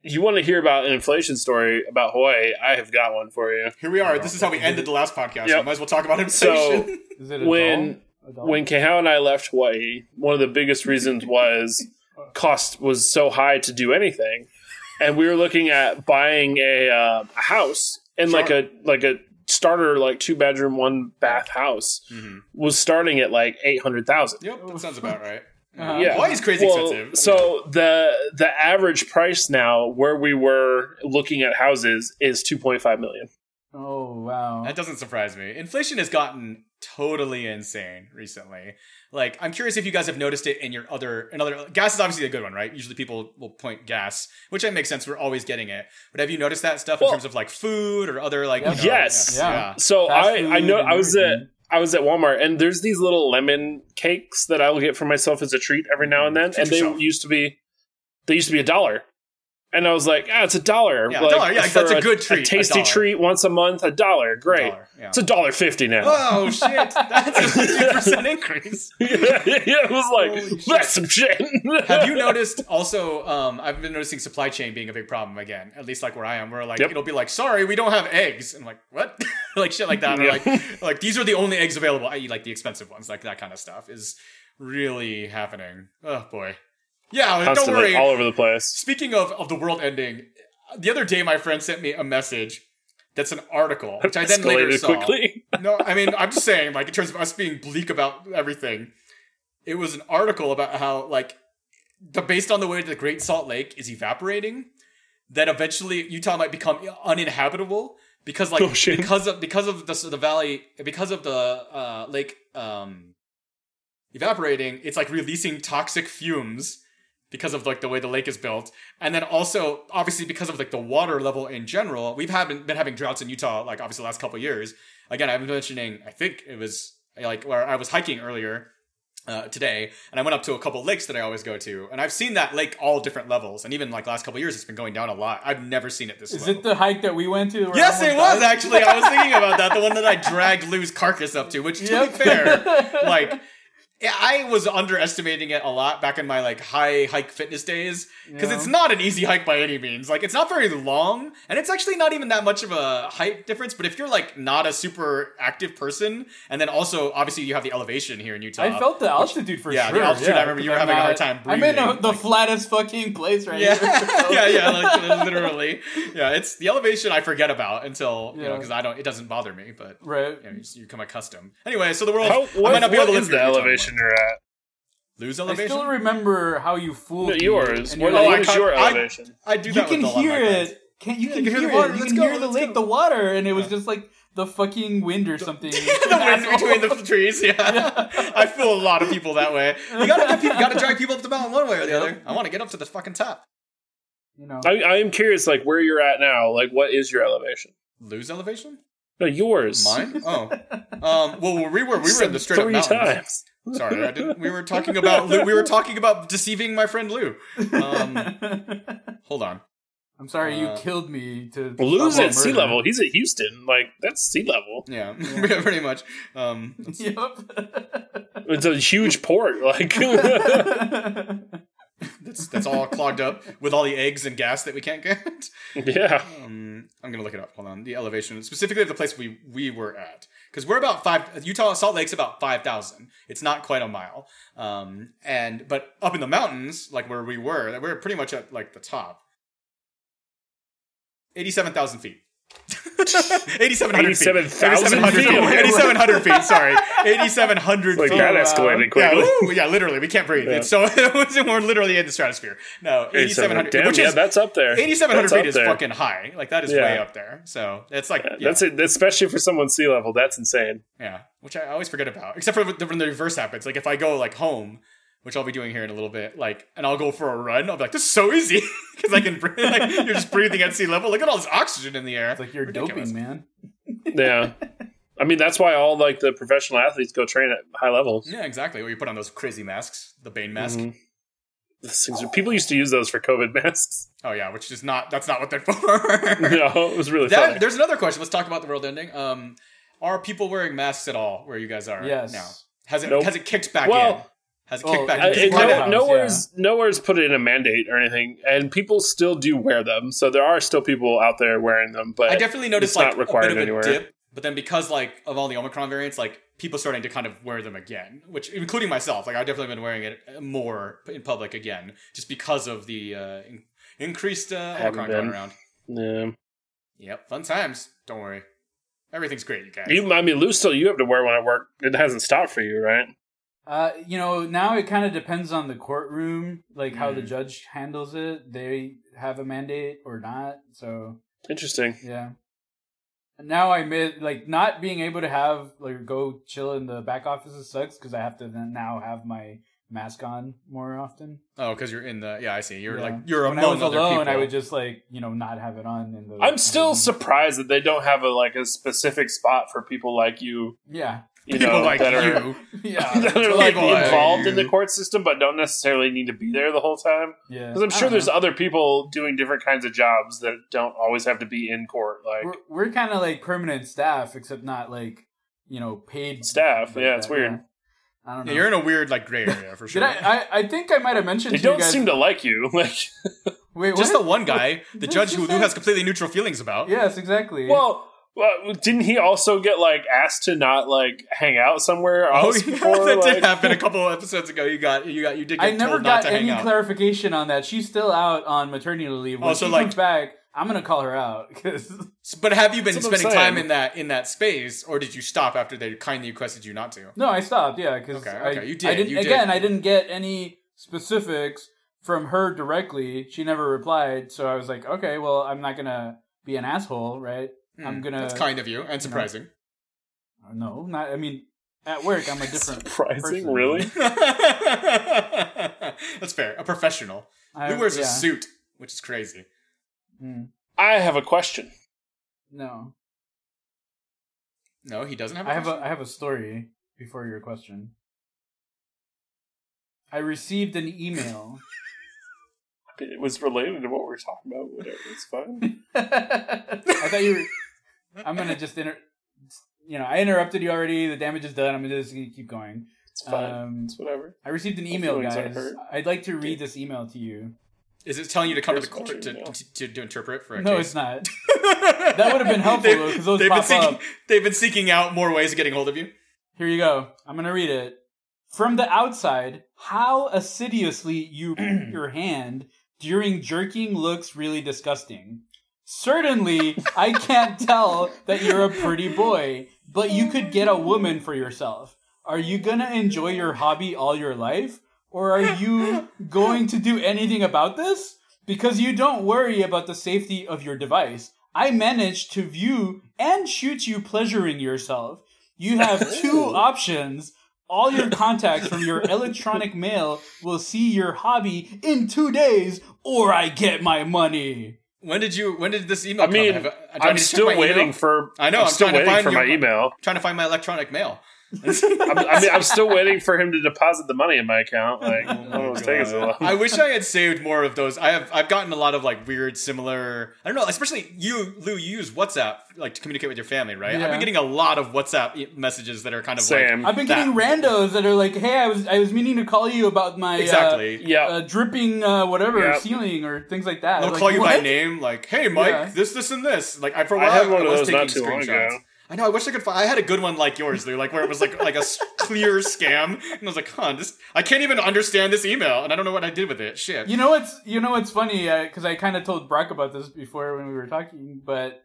Speaker 3: you want to hear about an inflation story about Hawaii? I have got one for you.
Speaker 2: Here we are. This is how we ended the last podcast. So
Speaker 3: Yep.
Speaker 2: might as well talk about inflation.
Speaker 3: So-
Speaker 1: is it
Speaker 3: when-
Speaker 1: a doll?
Speaker 3: When Kahao and I left Hawaii, one of the biggest reasons was cost was so high to do anything, and we were looking at buying a, uh, a house and like
Speaker 2: Sure.
Speaker 3: a like a starter like two bedroom one bath house [laughs]
Speaker 2: Mhm.
Speaker 3: was starting at like eight hundred thousand.
Speaker 2: Yep, that sounds about right. Yeah.
Speaker 1: Uh-huh.
Speaker 3: Yeah.
Speaker 2: Hawaii's crazy
Speaker 3: Well,
Speaker 2: expensive.
Speaker 3: So the the average price now where we were looking at houses is 2.5 million.
Speaker 1: Oh wow.
Speaker 2: That doesn't surprise me. Inflation has gotten totally insane recently. Like, I'm curious if you guys have noticed it in your other another gas is obviously a good one, right? Usually people will point gas, which that makes sense. We're always getting it. But have you noticed that stuff in
Speaker 3: Well-
Speaker 2: terms of like food or other like you
Speaker 1: Yeah.
Speaker 2: know,
Speaker 3: Yes.
Speaker 2: Yeah.
Speaker 1: Yeah.
Speaker 3: So
Speaker 1: Fast
Speaker 3: I I
Speaker 1: food
Speaker 3: know
Speaker 1: and
Speaker 3: I was at
Speaker 1: everything.
Speaker 3: I was at Walmart and there's these little lemon cakes that I will get for myself as a treat every now and then
Speaker 2: Mm-hmm. Treat
Speaker 3: and they
Speaker 2: yourself.
Speaker 3: used to be they used to be a dollar. And I was like, ah, it's a dollar.
Speaker 2: Yeah, a
Speaker 3: like,
Speaker 2: dollar. Yeah,
Speaker 3: for
Speaker 2: that's a good treat, a
Speaker 3: tasty
Speaker 2: dollar.
Speaker 3: treat once a month, a dollar. Great.
Speaker 2: dollar, yeah.
Speaker 3: It's a dollar fifty now.
Speaker 2: Oh shit! That's a fifty percent increase.
Speaker 3: [laughs] yeah, it was
Speaker 2: Holy
Speaker 3: like
Speaker 2: shit.
Speaker 3: that's some shit.
Speaker 2: Have you noticed? Also, um, I've been noticing supply chain being a big problem again. At least like where I am, where like
Speaker 3: Yep.
Speaker 2: it'll be like, sorry, we don't have eggs. And like what? [laughs] like shit like that. Or
Speaker 3: Yeah.
Speaker 2: like like these are the only eggs available. I eat like the expensive ones. Like that kind of stuff is really happening. Oh boy. Yeah, don't
Speaker 3: [laughs] Constantly
Speaker 2: worry.
Speaker 3: all over the place.
Speaker 2: Speaking of, of the world ending, the other day my friend sent me a message that's an article, which I then later
Speaker 3: Escalated
Speaker 2: saw.
Speaker 3: quickly.
Speaker 2: No, I mean, I'm just saying, like, in terms of us being bleak about everything, it was an article about how, like, the based on the way the Great Salt Lake is evaporating, that eventually Utah might become uninhabitable because, like,
Speaker 3: Oh, shit.
Speaker 2: because of because of the the valley, because of the uh, lake um, evaporating, it's like releasing toxic fumes because of like the way the lake is built and then also obviously because of like the water level in general we've had been, been having droughts in utah like obviously the last couple years again i've been mentioning i think it was like where i was hiking earlier uh, today and i went up to a couple lakes that i always go to and i've seen that lake all different levels and even like last couple years it's been going down a lot i've never seen it this
Speaker 1: Is
Speaker 2: low.
Speaker 1: it the hike that we went to? where
Speaker 2: Yes,
Speaker 1: I
Speaker 2: it
Speaker 1: almost
Speaker 2: was
Speaker 1: died?
Speaker 2: actually. I was thinking about that. The one that I dragged Lou's carcass up to, which to
Speaker 1: Yep.
Speaker 2: be fair, like I was underestimating it a lot back in my like high hike fitness days because
Speaker 1: Yeah.
Speaker 2: it's not an easy hike by any means. Like it's not very long, and it's actually not even that much of a height difference. But if you're like not a super active person, and then also obviously you have the elevation here in Utah,
Speaker 1: I felt the altitude for
Speaker 2: yeah, the
Speaker 1: sure.
Speaker 2: altitude, I remember you were
Speaker 1: I'm
Speaker 2: having a hard
Speaker 1: not-
Speaker 2: time
Speaker 1: I'm in a,
Speaker 2: breathing,
Speaker 1: the
Speaker 2: like-
Speaker 1: flattest fucking place right
Speaker 2: [laughs] yeah,
Speaker 1: here.
Speaker 2: [laughs] yeah, yeah, like, literally. Yeah, it's the elevation I forget about until you know
Speaker 1: Yeah.
Speaker 2: because I don't. It doesn't bother me, but
Speaker 1: Right.
Speaker 2: you, know, you, you become accustomed. Anyway, so the world.
Speaker 3: How,
Speaker 2: Oh, I might
Speaker 3: what
Speaker 2: not be
Speaker 3: what
Speaker 2: able to live
Speaker 3: is the
Speaker 2: here in Utah
Speaker 3: elevation you're at?
Speaker 2: Lose
Speaker 1: I
Speaker 2: elevation.
Speaker 1: still remember how you fooled
Speaker 3: No,
Speaker 1: me,
Speaker 3: yours.
Speaker 1: and
Speaker 3: What,
Speaker 1: you're like,
Speaker 2: I
Speaker 3: what is
Speaker 2: can't-
Speaker 3: your
Speaker 2: I-
Speaker 3: elevation?
Speaker 2: I do
Speaker 1: you
Speaker 2: that
Speaker 1: can
Speaker 2: with a lot of my
Speaker 1: hear
Speaker 2: friends.
Speaker 1: it. Can, you
Speaker 2: Yeah,
Speaker 1: can
Speaker 2: you
Speaker 1: hear,
Speaker 2: can hear the water,
Speaker 1: it. You
Speaker 2: let's
Speaker 1: can
Speaker 2: go,
Speaker 1: hear the
Speaker 2: let's
Speaker 1: lake,
Speaker 2: go.
Speaker 1: the water, and it was just like the fucking wind or something.
Speaker 2: [laughs] the wind between the trees. Yeah, [laughs] I feel a lot of people that way. You gotta get people, gotta drag people up the mountain one way or the
Speaker 1: Yep.
Speaker 2: other. I want to get up to the fucking top.
Speaker 1: You know.
Speaker 3: I, I am curious, like where you're at now. Like, what is your elevation?
Speaker 2: Lose elevation.
Speaker 3: No, yours.
Speaker 2: Mine. Oh, um. Well, we were we were in the straight up
Speaker 3: three
Speaker 2: mountains.
Speaker 3: times.
Speaker 2: Sorry, I didn't. We were talking about Lou, we were talking about deceiving my friend Lou. Um, hold on.
Speaker 1: I'm sorry,
Speaker 2: uh,
Speaker 1: you killed me to
Speaker 3: Lou's
Speaker 1: stop all
Speaker 3: at sea
Speaker 1: murder.
Speaker 3: level. He's at Houston. Like that's sea level.
Speaker 2: Yeah, [laughs]
Speaker 1: Yeah.
Speaker 2: pretty much. Um, that's-
Speaker 1: Yep.
Speaker 3: It's a huge port. [laughs] Like yeah,
Speaker 2: that's that's all clogged up with all the eggs and gas that we can't get.
Speaker 3: yeah.
Speaker 2: Um, I'm gonna look it up. Hold on. The elevation, specifically of the place we we were at, because we're about five. Utah Salt Lake's about five thousand. It's not quite a mile. Um, and but up in the mountains, like where we were, we were pretty much at like the top. Eighty-seven thousand feet. [laughs] Eighty-seven hundred feet.
Speaker 3: 87,000
Speaker 2: 8,700
Speaker 3: feet.
Speaker 2: Eighty-seven hundred feet.
Speaker 3: [laughs]
Speaker 2: Sorry, eighty-seven hundred
Speaker 3: Like
Speaker 2: feet.
Speaker 3: that
Speaker 1: wow.
Speaker 3: escalated
Speaker 2: uh, Yeah,
Speaker 3: quickly.
Speaker 2: woo, yeah, literally, we can't breathe.
Speaker 3: Yeah.
Speaker 2: It's so [laughs] we're literally in the stratosphere. No, eighty-seven
Speaker 3: 8700.
Speaker 2: hundred,
Speaker 3: Damn,
Speaker 2: which
Speaker 3: yeah,
Speaker 2: is
Speaker 3: that's up there.
Speaker 2: eighty-seven hundred feet
Speaker 3: That's up
Speaker 2: is
Speaker 3: there.
Speaker 2: fucking high. Like that is
Speaker 3: Yeah.
Speaker 2: way up there. So it's like yeah,
Speaker 3: That's it. Especially for someone sea level, that's insane.
Speaker 2: yeah, which I always forget about, except for the- when the reverse happens. Like if I go like home, which I'll be doing here in a little bit, like, and I'll go for a run. I'll be like, this is so easy [laughs] because I can breathe. Like you're just breathing at sea level. Look at all this oxygen in the air.
Speaker 1: It's like you're
Speaker 2: Ridiculous.
Speaker 1: doping, man.
Speaker 3: Yeah. I mean, that's why all like the professional athletes go train at high levels.
Speaker 2: Yeah, exactly. Where you put on those crazy masks, the Bane mask.
Speaker 3: Mhm. Those things are- People used to use those for COVID masks. [laughs]
Speaker 2: Oh yeah, which is not. That's not what they're for.
Speaker 3: No, it was really
Speaker 2: That-
Speaker 3: funny.
Speaker 2: there's another question. Let's talk about the world ending. Um, are people wearing masks at all where you guys are
Speaker 1: Yes.
Speaker 2: now? Has it
Speaker 3: Nope.
Speaker 2: has it kicked back
Speaker 3: Well-
Speaker 2: in? Has it
Speaker 1: Well,
Speaker 2: kicked back
Speaker 3: I,
Speaker 1: It's
Speaker 2: in?
Speaker 3: it,
Speaker 1: part of the
Speaker 3: Uh, no,
Speaker 1: house,
Speaker 3: nowhere's nowhere's put in a mandate or anything, and people still do wear them. So there are still people out there wearing them. But
Speaker 2: I definitely noticed
Speaker 3: it's not
Speaker 2: like a
Speaker 3: required
Speaker 2: bit of a
Speaker 3: anywhere.
Speaker 2: dip, but then because like of all the Omicron variants, like people starting to kind of wear them again, which including myself, like I've definitely been wearing it more in public again, just because of the uh, in- increased uh,
Speaker 3: Haven't
Speaker 2: Omicron going
Speaker 3: been.
Speaker 2: around.
Speaker 3: yeah.
Speaker 2: Yep, fun times. Don't worry, everything's great, you guys.
Speaker 3: you, I mean, Lou, still you have to wear one at work. It hasn't stopped for you, right?
Speaker 1: Uh, you know, now it kind of depends on the courtroom, like how the
Speaker 2: Mm.
Speaker 1: judge handles it. They have a mandate or not. So
Speaker 3: Interesting.
Speaker 1: yeah. Now I miss like not being able to have like go chill in the back offices sucks because I have to then now have my mask on more often.
Speaker 2: Oh, because you're in the yeah. I see. You're
Speaker 1: Yeah.
Speaker 2: like you're
Speaker 1: When I
Speaker 2: among
Speaker 1: was
Speaker 2: other
Speaker 1: alone,
Speaker 2: people.
Speaker 1: I would just like you know not have it on. In the
Speaker 3: I'm still
Speaker 1: um,
Speaker 3: surprised that they don't have a like a specific spot for people like you,
Speaker 1: yeah, [laughs]
Speaker 3: you
Speaker 2: people
Speaker 3: know,
Speaker 2: like
Speaker 3: that [laughs] are
Speaker 2: you. [laughs]
Speaker 1: yeah,
Speaker 3: that are like
Speaker 2: People like
Speaker 3: involved in the
Speaker 2: you.
Speaker 3: court system but don't necessarily need to be there the whole time.
Speaker 1: yeah.
Speaker 3: Because I'm
Speaker 1: I
Speaker 3: sure
Speaker 1: don't
Speaker 3: there's
Speaker 1: know.
Speaker 3: other people doing different kinds of jobs that don't always have to be in court, like
Speaker 1: we're, we're kind of like permanent staff, except not like you know paid
Speaker 3: Staff,
Speaker 1: like
Speaker 3: yeah, it's weird.
Speaker 1: I don't know.
Speaker 2: Yeah, you're in a weird like gray area for sure.
Speaker 1: Did I, I? I think I might have mentioned.
Speaker 3: they
Speaker 1: to you
Speaker 3: don't
Speaker 1: guys-
Speaker 3: seem to like you. [laughs] Like,
Speaker 1: Wait,
Speaker 2: just
Speaker 1: what?
Speaker 2: the one guy, the
Speaker 1: Did
Speaker 2: judge
Speaker 1: you
Speaker 2: who Lou
Speaker 1: say-
Speaker 2: has completely neutral feelings about.
Speaker 1: Yes, exactly.
Speaker 3: well, well, didn't he also get like asked to not like hang out somewhere
Speaker 2: Oh,
Speaker 3: else
Speaker 2: yeah, [laughs]
Speaker 3: before?
Speaker 2: that
Speaker 3: like,
Speaker 2: did
Speaker 3: [laughs]
Speaker 2: happen a couple of episodes ago. You got you got you did. Get
Speaker 1: I never
Speaker 2: told not
Speaker 1: got
Speaker 2: to
Speaker 1: any
Speaker 2: hang out.
Speaker 1: clarification on that. She's still out on maternity leave. When
Speaker 2: Also,
Speaker 1: she
Speaker 2: like-
Speaker 1: comes back, I'm gonna call her out because
Speaker 2: S- But have you been
Speaker 3: That's what I'm
Speaker 2: spending time
Speaker 3: saying.
Speaker 2: in that in that space, or did you stop after they kindly requested you not to?
Speaker 1: [laughs] no, I stopped. Yeah, because
Speaker 2: Okay,
Speaker 1: I,
Speaker 2: okay, you
Speaker 1: I
Speaker 2: did,
Speaker 1: didn't,
Speaker 2: you did.
Speaker 1: again, I didn't get any specifics from her directly. She never replied, so I was like, okay, well, I'm not gonna be an asshole, right? I'm
Speaker 2: Hmm,
Speaker 1: gonna-
Speaker 2: That's kind of you and surprising. [laughs]
Speaker 1: No, not. I mean, at work,
Speaker 3: [laughs]
Speaker 1: I'm a different.
Speaker 3: Surprising,
Speaker 1: person.
Speaker 3: really?
Speaker 2: that's fair. A professional
Speaker 1: I,
Speaker 2: who wears
Speaker 1: yeah.
Speaker 2: a suit, which is crazy.
Speaker 1: Mm,
Speaker 3: I have a question.
Speaker 1: no,
Speaker 2: No, he doesn't have. A
Speaker 1: I have a
Speaker 2: question?
Speaker 1: I have a story before your question. I received an email.
Speaker 3: It was related to what we are talking about. Whatever, it's fine.
Speaker 1: I thought you were.
Speaker 3: [laughs]
Speaker 1: I'm gonna just inter. You know, I interrupted you already. The damage is done. I'm gonna just gonna keep going.
Speaker 3: It's
Speaker 2: Uh,
Speaker 3: fine.
Speaker 1: Um,
Speaker 3: it's whatever.
Speaker 1: I received an
Speaker 3: my
Speaker 1: email,
Speaker 3: feelings are
Speaker 1: guys.
Speaker 3: hurt.
Speaker 1: I'd like to read this email to you.
Speaker 2: Is it telling you to come to the
Speaker 3: Here's what
Speaker 2: court
Speaker 3: you
Speaker 2: to,
Speaker 3: know.
Speaker 2: to, to, to interpret for a
Speaker 1: No,
Speaker 2: case?
Speaker 1: it's not.
Speaker 2: that
Speaker 1: would've
Speaker 2: [laughs]
Speaker 1: been helpful, though, 'cause those
Speaker 2: they've
Speaker 1: pop
Speaker 2: been seeking,
Speaker 1: up.
Speaker 2: They've been seeking out more ways of getting hold of you.
Speaker 1: Here you go. I'm gonna read it. From the outside, how assiduously you put your hand during jerking looks really disgusting. Certainly, I can't tell that you're a pretty boy, but you could get a woman for yourself. Are you gonna enjoy your hobby all your life? Or are you going to do anything about this? Because you don't worry about the safety of your device. I managed to view and shoot you pleasuring yourself. You have two options. All your contacts from your electronic mail will see your hobby in two days, or I get my money.
Speaker 2: When did you? When did this email?
Speaker 3: I
Speaker 2: come?
Speaker 3: mean,
Speaker 2: Have I- do I
Speaker 3: I'm
Speaker 2: need to check
Speaker 3: still
Speaker 2: my email?
Speaker 3: waiting for.
Speaker 2: I know,
Speaker 3: I'm,
Speaker 2: I'm
Speaker 3: still
Speaker 2: trying to
Speaker 3: waiting
Speaker 2: find
Speaker 3: for my
Speaker 2: your-
Speaker 3: email.
Speaker 2: trying to find my electronic mail.
Speaker 3: I'm, I mean, I'm still waiting for him to deposit the money in my account.
Speaker 2: [laughs]
Speaker 3: Like, I don't know what's Oh, taking so long.
Speaker 2: I wish I had saved more of those. I have. I've gotten a lot of like weird, similar. I don't know. Especially you, Lou. You use WhatsApp like to communicate with your family, right? I've
Speaker 1: Yeah.
Speaker 2: been getting a lot of WhatsApp e- messages that are kind of
Speaker 3: Same.
Speaker 2: like
Speaker 1: I've been
Speaker 2: that.
Speaker 1: getting randos that are like, "Hey, I was I was meaning to call you about my uh,
Speaker 2: exactly.
Speaker 1: uh,
Speaker 3: yeah,
Speaker 1: dripping uh, whatever
Speaker 3: Yeah.
Speaker 1: ceiling or things like that."
Speaker 2: They'll
Speaker 1: Like,
Speaker 2: call you by
Speaker 1: what?
Speaker 2: name, like, "Hey, Mike,
Speaker 1: Yeah.
Speaker 2: this, this, and this." Like, I for a
Speaker 3: I
Speaker 2: while
Speaker 3: had one of
Speaker 2: was
Speaker 3: those
Speaker 2: taking
Speaker 3: not too long
Speaker 2: screenshots.
Speaker 3: ago.
Speaker 2: I know. I wish I could. Find, I had a good one like yours, Lou, like where it was like like a s- [laughs] clear scam, and I was like, "Huh, this. I can't even understand this email, and I don't know what I did with it. Shit."
Speaker 1: You know what's you know what's funny because I kind of told Brock about this before when we were talking, but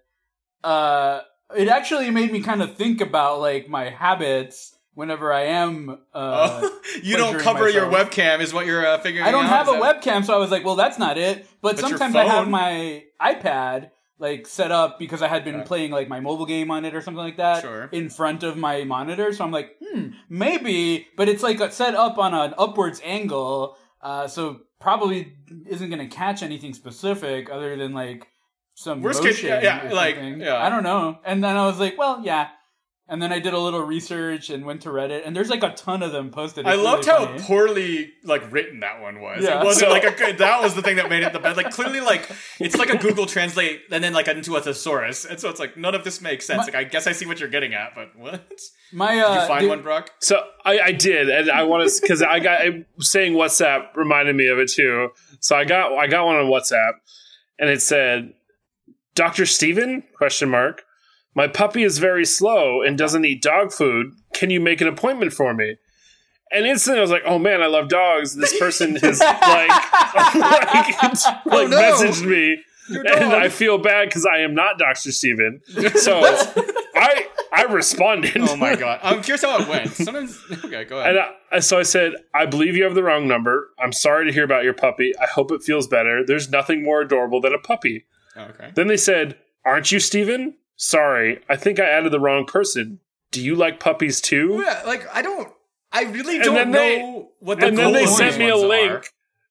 Speaker 1: uh, it actually made me kind of think about like my habits whenever I am. Uh,
Speaker 2: Oh, you don't
Speaker 1: pleasuring
Speaker 2: cover your
Speaker 1: myself.
Speaker 2: webcam, is what you're uh, figuring out.
Speaker 1: I don't have a
Speaker 2: Is that-
Speaker 1: webcam, so I was like, well, that's not it. But,
Speaker 2: But your
Speaker 1: sometimes I have
Speaker 2: phone-
Speaker 1: my iPad like set up because I had been
Speaker 2: Yeah.
Speaker 1: playing like my mobile game on it or something like that
Speaker 2: Sure.
Speaker 1: in front of my monitor. So I'm like, hmm, maybe, but it's like set up on an upwards angle, uh, so probably isn't going to catch anything specific other than like some
Speaker 2: Worst
Speaker 1: motion
Speaker 2: case- yeah, yeah,
Speaker 1: or
Speaker 2: like,
Speaker 1: something.
Speaker 2: yeah.
Speaker 1: I don't know. And then I was like, well, yeah. And then I did a little research and went to Reddit, and there's like a ton of them posted.
Speaker 2: I
Speaker 1: It's
Speaker 2: loved
Speaker 1: really
Speaker 2: how
Speaker 1: funny.
Speaker 2: poorly like written that one was.
Speaker 1: Yeah.
Speaker 2: It wasn't
Speaker 3: So-
Speaker 2: like a good. That was the thing that made it the best. Like clearly, like it's like a Google Translate and then like into a thesaurus, and so it's like none of this makes sense.
Speaker 1: My-
Speaker 2: like I guess I see what you're getting at, but what? [laughs] Did
Speaker 1: my uh,
Speaker 2: you find
Speaker 1: the-
Speaker 2: one, Brock?
Speaker 3: So I, I did, and I want to because I got I, saying WhatsApp reminded me of it too. So I got I got one on WhatsApp, and it said, "Doctor Steven? question mark My puppy is very slow and doesn't eat dog food. Can you make an appointment for me?" And instantly, I was like, "Oh man, I love dogs. This person
Speaker 2: [laughs]
Speaker 3: has like, like, [laughs] like
Speaker 2: Oh, no.
Speaker 3: messaged me."
Speaker 2: Your [laughs]
Speaker 3: and
Speaker 2: dog.
Speaker 3: I feel bad because I am not
Speaker 2: [laughs]
Speaker 3: Doctor Steven. So I I responded.
Speaker 2: oh my god! I'm curious how it went. Sometimes [laughs] okay, go ahead.
Speaker 3: And I, so I said, I believe you have the wrong number. I'm sorry to hear about your puppy. I hope it feels better. There's nothing more adorable than a puppy.
Speaker 2: Oh, okay.
Speaker 3: Then they said, Aren't you Steven? Sorry, I think I added the wrong person. Do you like puppies too?
Speaker 2: Yeah, like I don't. I really
Speaker 3: And
Speaker 2: don't
Speaker 3: then they-
Speaker 2: know what the
Speaker 3: and then they
Speaker 2: goal of
Speaker 3: sent
Speaker 2: these
Speaker 3: me a
Speaker 2: ones
Speaker 3: link.
Speaker 2: are.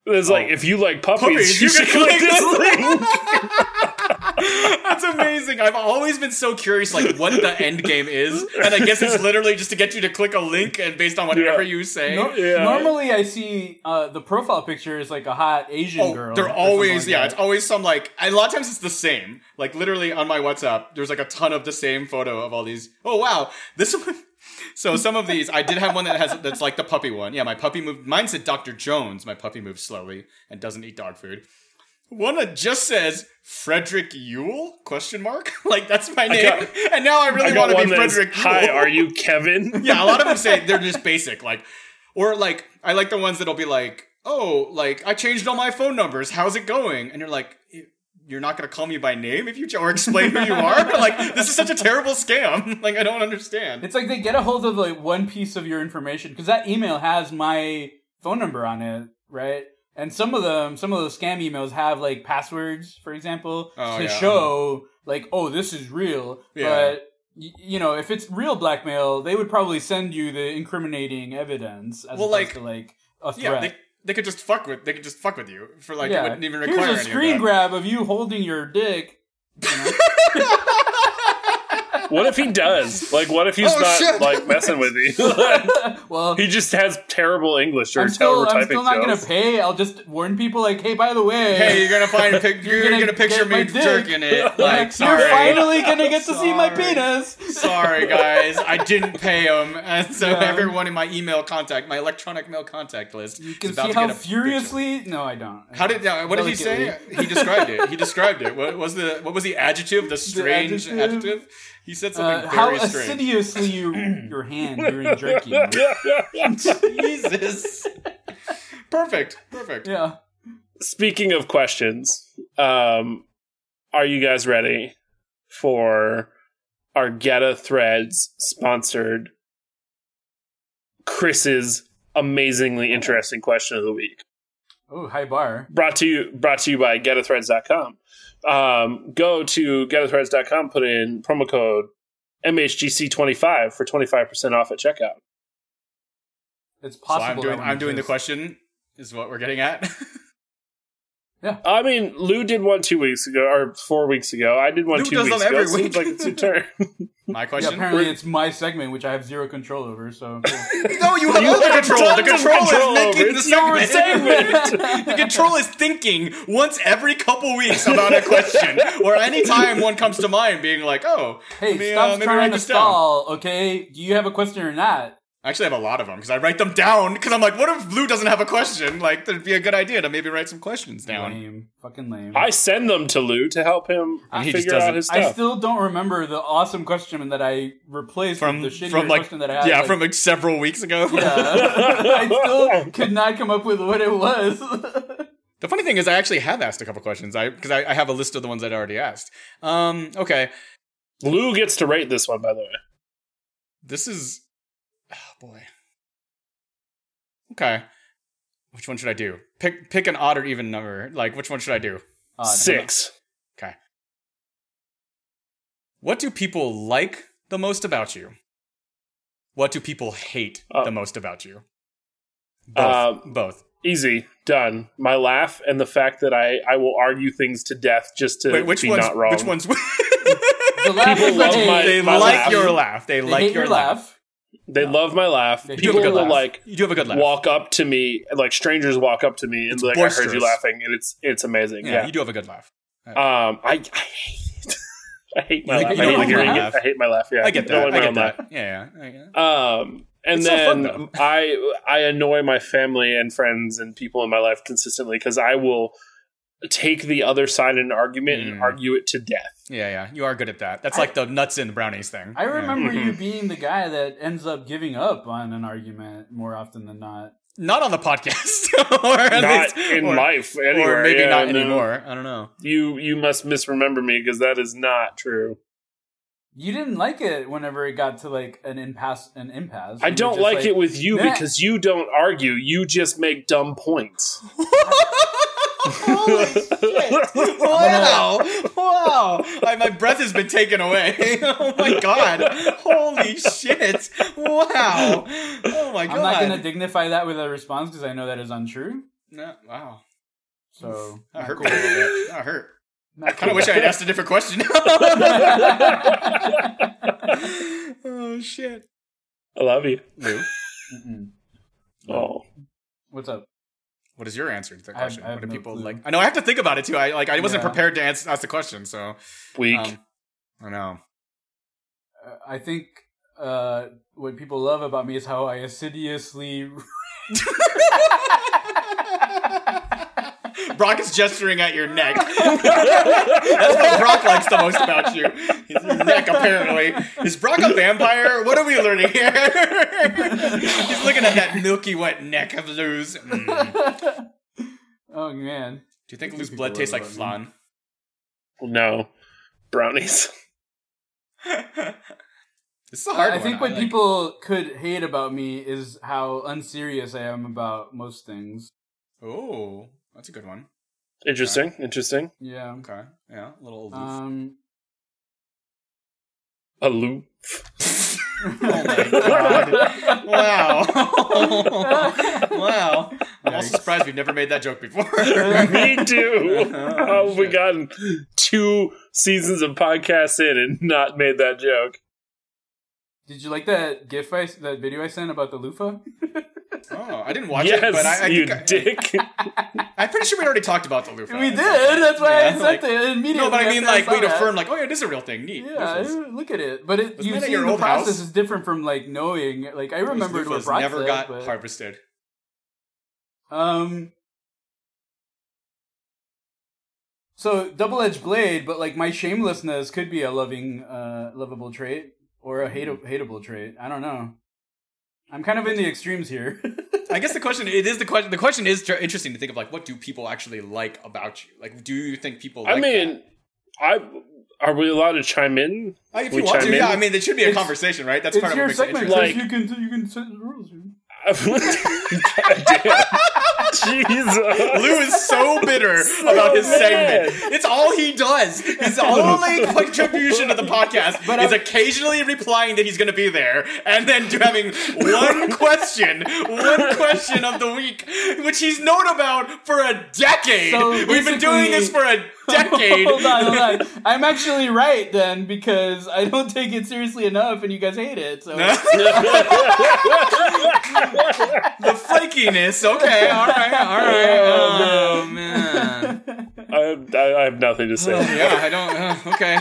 Speaker 3: It's like
Speaker 2: Oh.
Speaker 3: if you like puppies,
Speaker 2: Puppies,
Speaker 3: you, should click this link. [laughs]
Speaker 2: That's amazing. I've always been so curious, like what the end game is, and I guess it's literally just to get you to click a link, and based on whatever
Speaker 3: Yeah.
Speaker 2: you say.
Speaker 1: No-
Speaker 3: Yeah.
Speaker 1: Normally, I see uh, the profile picture is like a hot Asian
Speaker 2: Oh,
Speaker 1: girl. or
Speaker 2: they're
Speaker 1: something
Speaker 2: always
Speaker 1: like
Speaker 2: yeah.
Speaker 1: that.
Speaker 2: It's always some like a lot of times it's the same. Like literally on my WhatsApp, there's like a ton of the same photo of all these. Oh wow, [laughs] this one. So some of these, I did have one that has that's like the puppy one. Yeah, my puppy moved. Mine said Dr. Jones. My puppy moves slowly and doesn't eat dog food. One that just says Frederick Yule? Question mark. [laughs] Like that's my name.
Speaker 3: got-
Speaker 2: and now I [laughs] really want
Speaker 3: I got
Speaker 2: to
Speaker 3: one
Speaker 2: be
Speaker 3: that's,
Speaker 2: Frederick.
Speaker 3: Hi,
Speaker 2: Yule."
Speaker 3: are you
Speaker 2: [laughs]
Speaker 3: Kevin?
Speaker 2: yeah, a lot of them say they're just basic, like, or like, I like the ones that'll be like, oh, like, I changed all my phone numbers. How's it going? And you're like, you're not going to call me by name if you, ch- or explain who you are? like, this is such a terrible scam. [laughs] Like, I don't understand.
Speaker 1: It's like they get a hold of like one piece of your information because that email has my phone number on it, right? And some of them, some of those scam emails have like passwords, for example,
Speaker 2: Oh,
Speaker 1: to
Speaker 2: yeah.
Speaker 1: show like, oh, this is real.
Speaker 2: Yeah.
Speaker 1: But y- you know, if it's real blackmail, they would probably send you the incriminating evidence as
Speaker 2: Well,
Speaker 1: opposed
Speaker 2: like-
Speaker 1: to like a
Speaker 2: yeah,
Speaker 1: threat.
Speaker 2: they, they could just fuck with, they could just fuck with you for like, it
Speaker 1: yeah.
Speaker 2: wouldn't even require
Speaker 1: Here's a
Speaker 2: any
Speaker 1: screen
Speaker 2: of that.
Speaker 1: grab of you holding your dick.
Speaker 3: what if he does? Like, what if he's
Speaker 2: Oh,
Speaker 3: not
Speaker 2: shit.
Speaker 3: like messing with you? [laughs]
Speaker 1: Well,
Speaker 3: he just has terrible English or
Speaker 1: I'm still,
Speaker 3: terrible
Speaker 1: I'm
Speaker 3: typing
Speaker 1: still not gonna
Speaker 3: skills.
Speaker 1: pay. I'll just warn people like, hey, by the way,
Speaker 2: Hey, you're gonna find a pic- you're,
Speaker 1: gonna
Speaker 2: gonna, picture
Speaker 1: get my
Speaker 2: me
Speaker 1: dick.
Speaker 2: jerking it. Like,
Speaker 1: [laughs]
Speaker 2: sorry,
Speaker 1: You're finally gonna get to see my
Speaker 2: Sorry.
Speaker 1: penis.
Speaker 2: [laughs] sorry guys i didn't pay him and so
Speaker 1: Yeah.
Speaker 2: everyone in my email contact my electronic mail contact list
Speaker 1: You
Speaker 2: is
Speaker 1: can
Speaker 2: about
Speaker 1: see
Speaker 2: to
Speaker 1: how
Speaker 2: get a
Speaker 1: furiously. No, I don't.
Speaker 2: picture. how did uh, what did he say he described it he described it what was the what was the adjective the strange
Speaker 1: adjective?
Speaker 2: adjective? he said
Speaker 1: Uh,
Speaker 2: something
Speaker 1: how
Speaker 2: very strange
Speaker 1: assiduously
Speaker 2: [clears throat]
Speaker 1: you your hand during
Speaker 2: [laughs]
Speaker 1: jerking.
Speaker 3: [laughs]
Speaker 2: jesus perfect perfect
Speaker 1: Yeah.
Speaker 3: Speaking of questions, um, are you guys ready for our Geta Threads sponsored Chris's amazingly interesting question of the week?
Speaker 1: Oh, high bar.
Speaker 3: brought to you brought to you by getathreads.com um, go to getathreads.com put in promo code mhgc25 for 25% off at checkout
Speaker 1: It's
Speaker 2: so
Speaker 1: possible.
Speaker 2: i'm doing
Speaker 1: that
Speaker 2: i'm doing the
Speaker 1: one
Speaker 2: question is what we're getting at [laughs]
Speaker 3: i mean lou did one two weeks ago or four weeks ago i did one
Speaker 2: Lou
Speaker 3: two
Speaker 2: does
Speaker 3: weeks
Speaker 2: them
Speaker 3: ago
Speaker 2: every
Speaker 3: it
Speaker 2: week.
Speaker 3: seems like it's
Speaker 2: [laughs]
Speaker 3: your turn
Speaker 2: my
Speaker 1: exists.
Speaker 2: question
Speaker 1: Yeah, apparently it's my segment, which I have zero control over.
Speaker 2: [laughs]
Speaker 1: So cool.
Speaker 2: no you have
Speaker 3: You
Speaker 2: all the
Speaker 3: have
Speaker 2: control
Speaker 3: tons
Speaker 2: the
Speaker 3: of
Speaker 2: control, is
Speaker 3: control over
Speaker 2: making
Speaker 3: it.
Speaker 2: the
Speaker 3: It's your
Speaker 1: segment. [laughs]
Speaker 2: [laughs] the control is thinking once every couple weeks about a question, or anytime one comes to mind, being like, "Oh,
Speaker 1: hey,
Speaker 2: let me, uh,
Speaker 1: stop
Speaker 2: let me
Speaker 1: trying
Speaker 2: write
Speaker 1: to
Speaker 2: this down."
Speaker 1: stall. Okay, do you have a question or not?
Speaker 2: I actually have a lot of them because I write them down because I'm like, "What if Lou doesn't have a question? Like, there'd be a good idea to maybe write some questions down."
Speaker 1: Lame, fucking lame.
Speaker 3: i send them to lou to help him
Speaker 2: And he just
Speaker 3: figure
Speaker 2: doesn't.
Speaker 3: out his
Speaker 1: I
Speaker 3: stuff
Speaker 1: still don't remember the awesome question that I replaced
Speaker 2: From
Speaker 1: with the shitty
Speaker 2: from like
Speaker 1: question that I had.
Speaker 2: yeah,
Speaker 1: like,
Speaker 2: from like several weeks ago.
Speaker 1: [laughs] Yeah. I still could not come up with what it was.
Speaker 2: [laughs]
Speaker 1: [laughs]
Speaker 2: The funny thing is, I actually have asked a couple questions. I because I, I have a list of the ones I'd already asked. Um, okay,
Speaker 3: lou gets to rate this one by the way
Speaker 2: This is oh boy. Okay. Which one should I do? Pick pick an odd or even number. Like which one should I do?
Speaker 1: Odd.
Speaker 3: six
Speaker 2: Okay. What do people like the most about you? What do people hate
Speaker 3: Uh,
Speaker 2: the most about you? Both.
Speaker 3: uh,
Speaker 2: both.
Speaker 3: easy done my laugh and the fact that i i will argue things to death just to
Speaker 2: Wait, which
Speaker 3: be
Speaker 2: one's
Speaker 3: not wrong
Speaker 2: which one's
Speaker 1: The laugh
Speaker 3: People
Speaker 1: is
Speaker 3: love
Speaker 1: they-
Speaker 3: my-
Speaker 2: They
Speaker 3: my
Speaker 2: like
Speaker 3: laugh.
Speaker 2: your laugh. They,
Speaker 1: they
Speaker 2: like
Speaker 1: hate
Speaker 2: your laugh.
Speaker 3: They love my laugh.
Speaker 1: They do
Speaker 3: People
Speaker 1: have a good
Speaker 3: will
Speaker 1: laugh.
Speaker 3: like
Speaker 2: You do have a good laugh.
Speaker 3: walk up to me, like strangers walk up to me and
Speaker 2: It's
Speaker 3: be like I heard you
Speaker 2: boisterous.
Speaker 3: laughing, and it's it's amazing.
Speaker 2: yeah,
Speaker 3: Yeah.
Speaker 2: you do have a good laugh.
Speaker 3: Um, I, I hate [laughs] it. I hate my
Speaker 2: You
Speaker 3: laugh.
Speaker 2: like-
Speaker 1: you
Speaker 3: I hate
Speaker 1: don't
Speaker 3: hearing
Speaker 2: laugh.
Speaker 3: it. I hate my laugh. Yeah,
Speaker 2: I get
Speaker 3: don't
Speaker 2: that.
Speaker 3: like
Speaker 2: I
Speaker 3: my
Speaker 2: get
Speaker 3: own
Speaker 2: that. Yeah, yeah. I get it.
Speaker 3: laugh. Um, and
Speaker 2: It's so
Speaker 3: then
Speaker 2: fun, though.
Speaker 3: I I annoy my family and friends and people in my life consistently because I will take the other side in an argument
Speaker 2: Mm.
Speaker 3: and argue it to death.
Speaker 2: Yeah, yeah. You are good at that. That's
Speaker 1: I-
Speaker 2: like the nuts and brownies thing.
Speaker 1: I
Speaker 2: Yeah. Mm-hmm.
Speaker 1: remember
Speaker 3: Mhm.
Speaker 1: you being the guy that ends up giving up on an argument more often than not.
Speaker 2: Not on the podcast. [laughs] or at
Speaker 3: Not
Speaker 2: least-
Speaker 3: in
Speaker 2: or-
Speaker 3: life anywhere.
Speaker 2: Or maybe
Speaker 3: Yeah,
Speaker 2: not
Speaker 3: no.
Speaker 2: anymore. I don't know.
Speaker 3: You you must misremember me because that is not true.
Speaker 1: You didn't like it whenever it got to like an impasse. An impasse. You
Speaker 3: I
Speaker 1: were
Speaker 3: don't
Speaker 1: just
Speaker 3: like, it with you
Speaker 1: "Nah."
Speaker 3: because you don't argue. You just make dumb points.
Speaker 2: [laughs] Holy shit! Wow! Wow! I, my breath has been taken away. [laughs] oh my god! Holy shit! Wow! Oh my god!
Speaker 1: I'm not going to dignify that with a response because I know that is untrue.
Speaker 2: No, wow. [laughs]
Speaker 1: So
Speaker 2: That
Speaker 1: not
Speaker 2: hurt.
Speaker 1: cool.
Speaker 2: me a little bit. That hurt.
Speaker 1: [laughs] Not
Speaker 2: I kind of wish I had asked a different question. [laughs]
Speaker 1: cool. [laughs]
Speaker 2: oh shit!
Speaker 3: I love you.
Speaker 2: Lou,
Speaker 1: Mm-mm.
Speaker 3: Oh,
Speaker 1: What's up?
Speaker 2: what is your answer to that
Speaker 1: I have-
Speaker 2: question?
Speaker 1: I have
Speaker 2: what do
Speaker 1: no
Speaker 2: people
Speaker 1: clue.
Speaker 2: like? I know I have to think about it too. I like I wasn't
Speaker 1: Yeah.
Speaker 2: prepared to answer, ask the question, so
Speaker 3: weak.
Speaker 2: um, I know.
Speaker 1: Uh, I think uh, what people love about me is how I assiduously. [laughs]
Speaker 2: Brock is gesturing at your neck. [laughs] That's what
Speaker 1: um, [laughs]
Speaker 2: Brock likes the most about you. His neck, apparently. Is Brock a vampire? What are we learning here?
Speaker 3: [laughs]
Speaker 2: He's looking at that milky white neck of Luz. Mm. Do
Speaker 1: oh man,
Speaker 2: you think Lou's blood tastes like flan?
Speaker 3: [laughs] no, brownies.
Speaker 2: [laughs] This is a hard
Speaker 1: I
Speaker 2: one.
Speaker 1: think what
Speaker 2: like-
Speaker 1: people could hate about me is how unserious I am about most things.
Speaker 2: Oh, that's a good one.
Speaker 3: Interesting. Interesting.
Speaker 1: Yeah.
Speaker 2: Okay. Yeah, a little aloof.
Speaker 1: Um.
Speaker 3: A loop.
Speaker 2: oh my
Speaker 1: [laughs]
Speaker 2: god. Wow. wow. I'm also
Speaker 1: Yikes.
Speaker 2: surprised we've never made that joke
Speaker 3: [laughs]
Speaker 2: before.
Speaker 3: Me too. How have we
Speaker 2: Shit.
Speaker 3: gotten two seasons of podcasts in and not made that joke?
Speaker 1: Did you like that GIF I that video I sent about the [laughs] loofah?
Speaker 2: Oh, I didn't watch
Speaker 3: yes,
Speaker 2: it, but I, I
Speaker 3: you
Speaker 2: think I- [laughs]
Speaker 3: dick.
Speaker 2: I'm pretty sure we already talked about the loofah.
Speaker 1: we did. That's why I
Speaker 2: Yeah,
Speaker 1: sent
Speaker 2: like-
Speaker 1: it immediately.
Speaker 2: No, but I mean,
Speaker 1: after
Speaker 2: like,
Speaker 1: saw
Speaker 2: we'd
Speaker 1: that.
Speaker 2: affirm, like, oh, yeah, it is a real thing. Neat.
Speaker 1: Yeah,
Speaker 2: Loofahs.
Speaker 1: look at it. But it,
Speaker 2: Wasn't
Speaker 1: you
Speaker 2: that at
Speaker 1: see,
Speaker 2: your
Speaker 1: the
Speaker 2: old house?
Speaker 1: process is different from like knowing. Like I
Speaker 2: Those
Speaker 1: remembered what
Speaker 2: loofahs
Speaker 1: Brock
Speaker 2: never
Speaker 1: said,
Speaker 2: got
Speaker 1: but-
Speaker 2: harvested.
Speaker 1: Um. So double-edged blade, but like my shamelessness could be a loving, uh, lovable trait or a hate-
Speaker 2: Mm-hmm.
Speaker 1: hateable trait. I don't know. I'm kind of in the extremes here. [laughs]
Speaker 2: I guess the question it is the question. The question is tr- interesting to think of, like, what do people actually like about you? Like, do you think people?
Speaker 3: I
Speaker 2: like
Speaker 3: mean,
Speaker 2: that?
Speaker 3: I are we allowed to chime in? [laughs]
Speaker 2: Uh, if
Speaker 3: we
Speaker 2: you want
Speaker 3: chime
Speaker 2: to,
Speaker 3: in?
Speaker 2: yeah. I mean, there should be a
Speaker 1: It's-
Speaker 2: conversation, right? That's part
Speaker 1: it's
Speaker 2: of what
Speaker 1: your
Speaker 2: makes
Speaker 1: segment.
Speaker 2: it interesting.
Speaker 1: Like, you can you can set the rules. dude.
Speaker 3: Goddamn. Jesus.
Speaker 2: Lou is so
Speaker 1: [laughs]
Speaker 2: bitter about his
Speaker 3: mad.
Speaker 2: segment. It's all he does. His only contribution to the podcast
Speaker 1: But
Speaker 2: is
Speaker 1: I'm-
Speaker 2: occasionally replying that he's going to be there, and then do- having
Speaker 1: [laughs]
Speaker 2: one question, one question of the week, which he's known about for a decade.
Speaker 1: So
Speaker 2: We've been doing this for a
Speaker 1: [laughs]
Speaker 2: decade.
Speaker 1: hold on, hold on. I'm actually right then because I don't take it seriously enough, and you guys hate it.
Speaker 2: [laughs]
Speaker 1: So
Speaker 2: [laughs]
Speaker 1: [laughs]
Speaker 2: the flakiness. Okay, all right, all
Speaker 1: [laughs]
Speaker 2: right.
Speaker 3: Oh,
Speaker 2: Oh man.
Speaker 3: I, I, I have nothing to say.
Speaker 2: Yeah, I don't. uh, okay.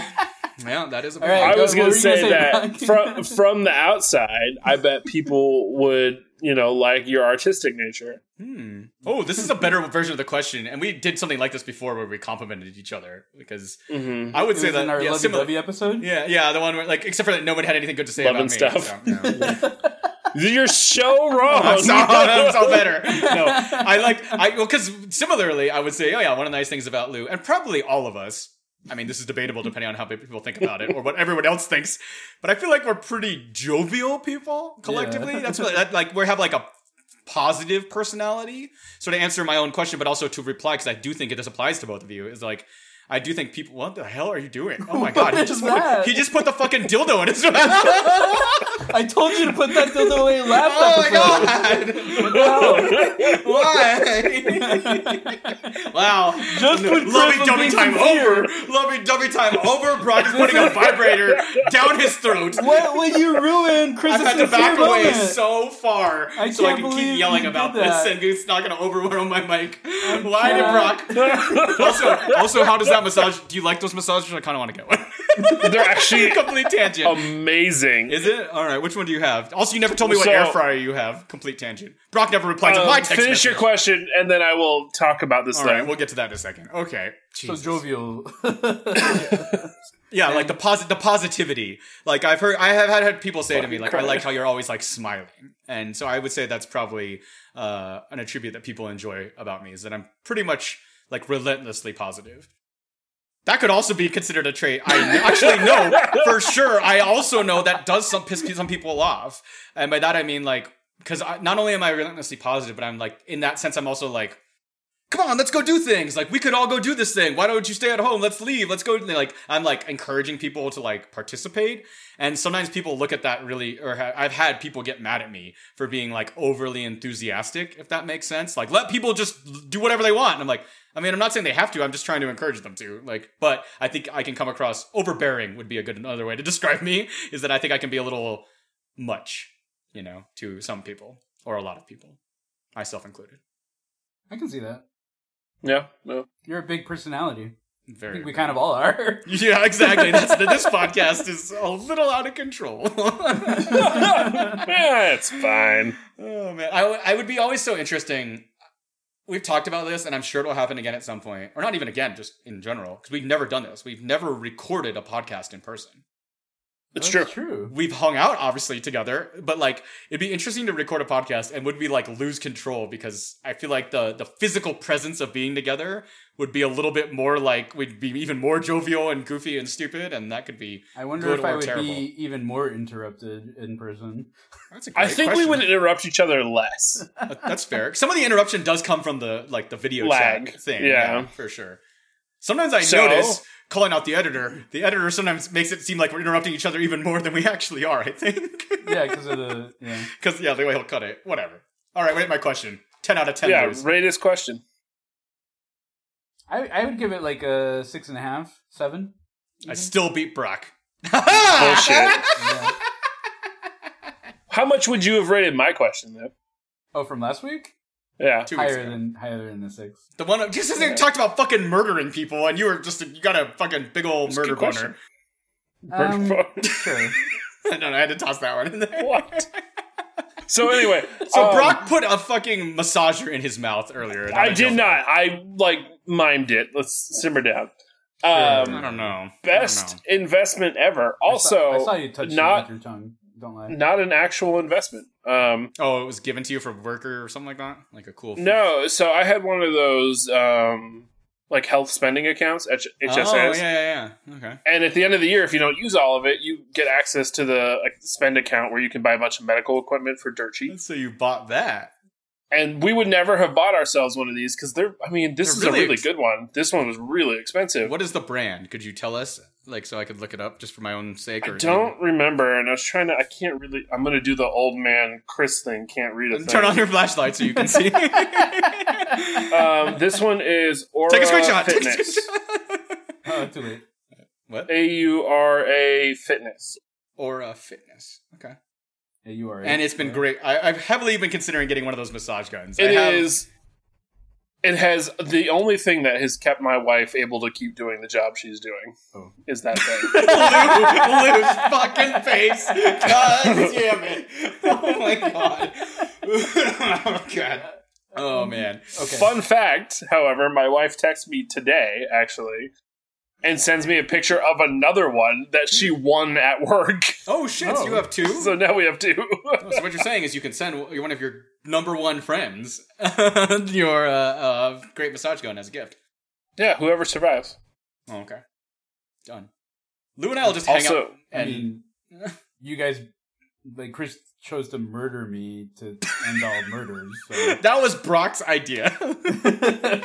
Speaker 2: Yeah, that is a.
Speaker 1: All right.
Speaker 3: I
Speaker 1: Go-
Speaker 3: was
Speaker 1: what
Speaker 3: going
Speaker 1: were
Speaker 3: to
Speaker 1: you gonna
Speaker 3: say
Speaker 1: say,
Speaker 3: that from
Speaker 1: Brock?
Speaker 3: from the outside, I bet people would, you know, like your artistic nature.
Speaker 2: Hmm. Oh, this is a better version of the question, and we did something like this before where we complimented each other because
Speaker 3: Mm-hmm.
Speaker 2: I would
Speaker 1: It
Speaker 2: say
Speaker 1: was
Speaker 2: that
Speaker 1: in our
Speaker 2: yeah,
Speaker 1: lovey
Speaker 2: similar.
Speaker 1: dovey episode.
Speaker 2: Yeah, yeah, the one where like except for that no one had anything good to say
Speaker 3: Love
Speaker 2: about
Speaker 3: and
Speaker 2: me.
Speaker 3: stuff.
Speaker 2: so,
Speaker 1: [laughs]
Speaker 2: no.
Speaker 3: You're
Speaker 2: [laughs]
Speaker 3: so wrong.
Speaker 2: I'm so, I'm so better. No, I like I well because similarly I would say oh yeah one of the nice things about Lou and probably all of us. I mean, this is debatable depending on how people think about it or what everyone else thinks. But I feel like we're pretty jovial people collectively.
Speaker 1: Yeah.
Speaker 2: That's what, that, like we have like a positive personality. So to answer my own question, but also to reply because I do think it this applies to both of you is like. I do think people. What the hell are you doing? Oh
Speaker 1: [laughs]
Speaker 2: my god! He
Speaker 1: is
Speaker 2: just,
Speaker 1: that?
Speaker 2: put, he just put the fucking dildo in his
Speaker 1: [laughs]
Speaker 2: mouth.
Speaker 1: I told you to put that dildo away last
Speaker 2: Oh my
Speaker 1: episode.
Speaker 2: god! [laughs] Why? wow.
Speaker 1: Just when Chris
Speaker 2: Lovey
Speaker 1: was
Speaker 2: dovey
Speaker 1: being
Speaker 2: time over!
Speaker 1: sincere.
Speaker 2: Lovey dovey time over! Brock
Speaker 1: [laughs]
Speaker 2: is putting a vibrator down his throat!
Speaker 1: [laughs] What will you ruin Chris's
Speaker 2: I've had to
Speaker 1: sincere
Speaker 2: back
Speaker 1: moment?
Speaker 2: away so far
Speaker 1: I
Speaker 2: so I
Speaker 1: can't
Speaker 2: can
Speaker 1: believe
Speaker 2: keep yelling
Speaker 1: you
Speaker 2: about
Speaker 1: did
Speaker 2: this
Speaker 1: that.
Speaker 2: and it's not gonna overwhelm my mic. Why
Speaker 1: can't.
Speaker 2: did Brock? also, also, how does that massage? Do you like those massages? I kind of want to get one.
Speaker 3: They're actually
Speaker 2: [laughs] Complete tangent.
Speaker 3: amazing.
Speaker 2: Is it? All right. Which one do you have? Also, you never told me what
Speaker 3: So-
Speaker 2: air fryer you have. Complete tangent. Brock never replied to
Speaker 1: uh,
Speaker 3: Um,
Speaker 2: my uh, text.
Speaker 3: finish
Speaker 2: message.
Speaker 3: your question, and then I will talk about this
Speaker 2: All
Speaker 3: thing.
Speaker 2: right, we'll get to that in a second. Okay.
Speaker 1: So
Speaker 2: Jesus.
Speaker 1: jovial.
Speaker 2: [laughs] yeah, like the posi- the positivity. Like I've heard, I have had, had people say to me,
Speaker 3: Fucking
Speaker 2: like,
Speaker 3: Christ.
Speaker 2: I like how you're always like smiling, and so I would say that's probably uh, an attribute that people enjoy about me is that I'm pretty much like relentlessly positive. That could also be considered a trait. I kn- actually
Speaker 3: [laughs]
Speaker 2: know for sure. I also know that does some piss some people off, and by that I mean like because not only am I relentlessly positive, but I'm like in that sense I'm also like come on, let's go do things. Like we could all go do this thing. Why don't you stay at home? Let's leave. Let's go. And, like I'm like encouraging people to like participate. And sometimes people look at that really, or ha- I've had people get mad at me for being like overly enthusiastic, if that makes sense. Like let people just do whatever they want. And I'm like, I mean, I'm not saying they have to. I'm just trying to encourage them to. Like, but I think I can come across overbearing would be a good another way to [laughs] describe me. Is that I think I can be a little much, you know, to some people or a lot of people, myself included.
Speaker 1: I can see that.
Speaker 3: Yeah, no.
Speaker 1: You're a big personality. I
Speaker 2: Very.
Speaker 1: think we kind of all are.
Speaker 2: Yeah, exactly. That's the, this podcast is a little out of control. [laughs] oh
Speaker 3: yeah, it's fine.
Speaker 2: man, I, w- I would be always so interesting. We've talked about this, and I'm sure it'll happen again at some point, or not even again, just in general, because we've never done this. We've never recorded a podcast in person.
Speaker 1: [laughs]
Speaker 3: It's true.
Speaker 1: True.
Speaker 2: We've hung out obviously together, but like it'd be interesting to record a podcast, and would we like lose control because I feel like the the physical presence of being together would be a little bit more like we'd be even more jovial and goofy and stupid, and that could be
Speaker 1: I wonder
Speaker 2: Good
Speaker 1: if I
Speaker 2: or
Speaker 1: would
Speaker 2: terrible.
Speaker 1: be even more interrupted in person.
Speaker 2: That's a
Speaker 3: I
Speaker 2: great
Speaker 3: think
Speaker 2: question.
Speaker 3: we would interrupt each
Speaker 2: [laughs]
Speaker 3: other less.
Speaker 2: Uh, That's fair. Some of the interruption does come from the like the video
Speaker 3: Lag.
Speaker 2: chat thing.
Speaker 3: Yeah.
Speaker 2: for sure. Sometimes I
Speaker 3: So-
Speaker 2: notice calling out the editor. The editor sometimes makes it seem like we're interrupting each other even more than we actually are. I think. [laughs]
Speaker 1: Yeah, because of the yeah.
Speaker 2: Because yeah, the way he'll cut it. Whatever. All right. Wait, my question. Ten out of ten.
Speaker 3: yeah,
Speaker 2: Bruce.
Speaker 3: rate this question.
Speaker 1: I I would give it like a six and a half, seven. Mm-hmm.
Speaker 2: I still beat Brock.
Speaker 3: Bullshit.
Speaker 1: Yeah.
Speaker 3: How much would you have rated my question though?
Speaker 1: oh, from last week,
Speaker 2: [laughs]
Speaker 3: Yeah. [laughs]
Speaker 2: Two weeks
Speaker 1: higher
Speaker 2: ago.
Speaker 1: than higher than the six.
Speaker 2: the one [laughs] just as they
Speaker 3: Yeah.
Speaker 2: talked about fucking murdering people, and you were just you got a fucking big old
Speaker 3: It's a good
Speaker 2: murder boner.
Speaker 1: Um, [laughs]
Speaker 3: Perfect.
Speaker 1: sure.
Speaker 2: [laughs] I don't know. I had to toss that one in there.
Speaker 3: what? So anyway,
Speaker 2: So
Speaker 3: um,
Speaker 2: Brock put a fucking massager in his mouth earlier. and
Speaker 3: I did
Speaker 2: don't-
Speaker 3: not. I like mimed it. Let's simmer down.
Speaker 2: I
Speaker 3: Um,
Speaker 2: don't know. I don't know.
Speaker 3: best investment ever. Also,
Speaker 1: I saw, I saw you touch
Speaker 3: not-
Speaker 1: it with your tongue. Don't
Speaker 3: [laughs]
Speaker 1: lie. [laughs]
Speaker 3: not an actual investment. Um,
Speaker 2: Oh, it was given to you for worker or something like that? Like a cool
Speaker 3: no. So I had one of those um, like health spending accounts, H- HSAs.
Speaker 2: Oh, yeah, yeah, yeah. Okay.
Speaker 3: And at the end of the year, if you don't use all of it, you get access to the like, spend account where you can buy a bunch of medical equipment for dirt cheap.
Speaker 2: So you bought that.
Speaker 3: And we would never have bought ourselves one of these because they're. I mean, this
Speaker 2: They're
Speaker 3: is
Speaker 2: really
Speaker 3: a really
Speaker 2: ex-
Speaker 3: good one. This one was really expensive.
Speaker 2: What is the brand? Could you tell us? Like, so I could look it up just for my own sake? Or
Speaker 3: I don't remember, and I was trying to. I can't really. I'm going to do the old man Chris thing. Can't read a thing.
Speaker 2: Turn on your flashlight so you can
Speaker 3: [laughs]
Speaker 2: see. Take
Speaker 3: Um, this one is Aura
Speaker 2: a screenshot. [laughs] Take a
Speaker 3: Fitness.
Speaker 2: screenshot.
Speaker 1: Oh, too late.
Speaker 2: what?
Speaker 3: A U R A Fitness.
Speaker 2: Aura Fitness. Okay.
Speaker 1: Yeah, you are.
Speaker 2: And it's been great. I, I've heavily been considering getting one of those massage guns.
Speaker 3: It
Speaker 2: I have-
Speaker 3: is. It has the only thing that has kept my wife able to keep doing the job she's doing
Speaker 1: Oh.
Speaker 3: is that thing.
Speaker 2: [laughs] Lou, Lou's fucking face. God [laughs] damn it. Oh my god. oh god. Oh man.
Speaker 1: Okay.
Speaker 3: Fun fact, however, my wife texts me today actually, and sends me a picture of another one that she won at work. [laughs]
Speaker 2: Oh shit,
Speaker 1: Oh.
Speaker 2: you have two?
Speaker 3: So
Speaker 2: So,
Speaker 3: now we have two.
Speaker 2: what you're saying is you can send one of your number one friends [laughs] your uh, uh, great massage gun as a gift.
Speaker 3: [laughs] yeah, whoever survives.
Speaker 2: Oh, okay. Done. Lou and I will just hang
Speaker 3: Also-
Speaker 2: out
Speaker 1: I
Speaker 2: and
Speaker 1: mean, you guys, like Chris chose to murder me to end all murders.
Speaker 2: [laughs]
Speaker 1: So.
Speaker 2: [laughs] that was Brock's
Speaker 3: [laughs]
Speaker 2: idea.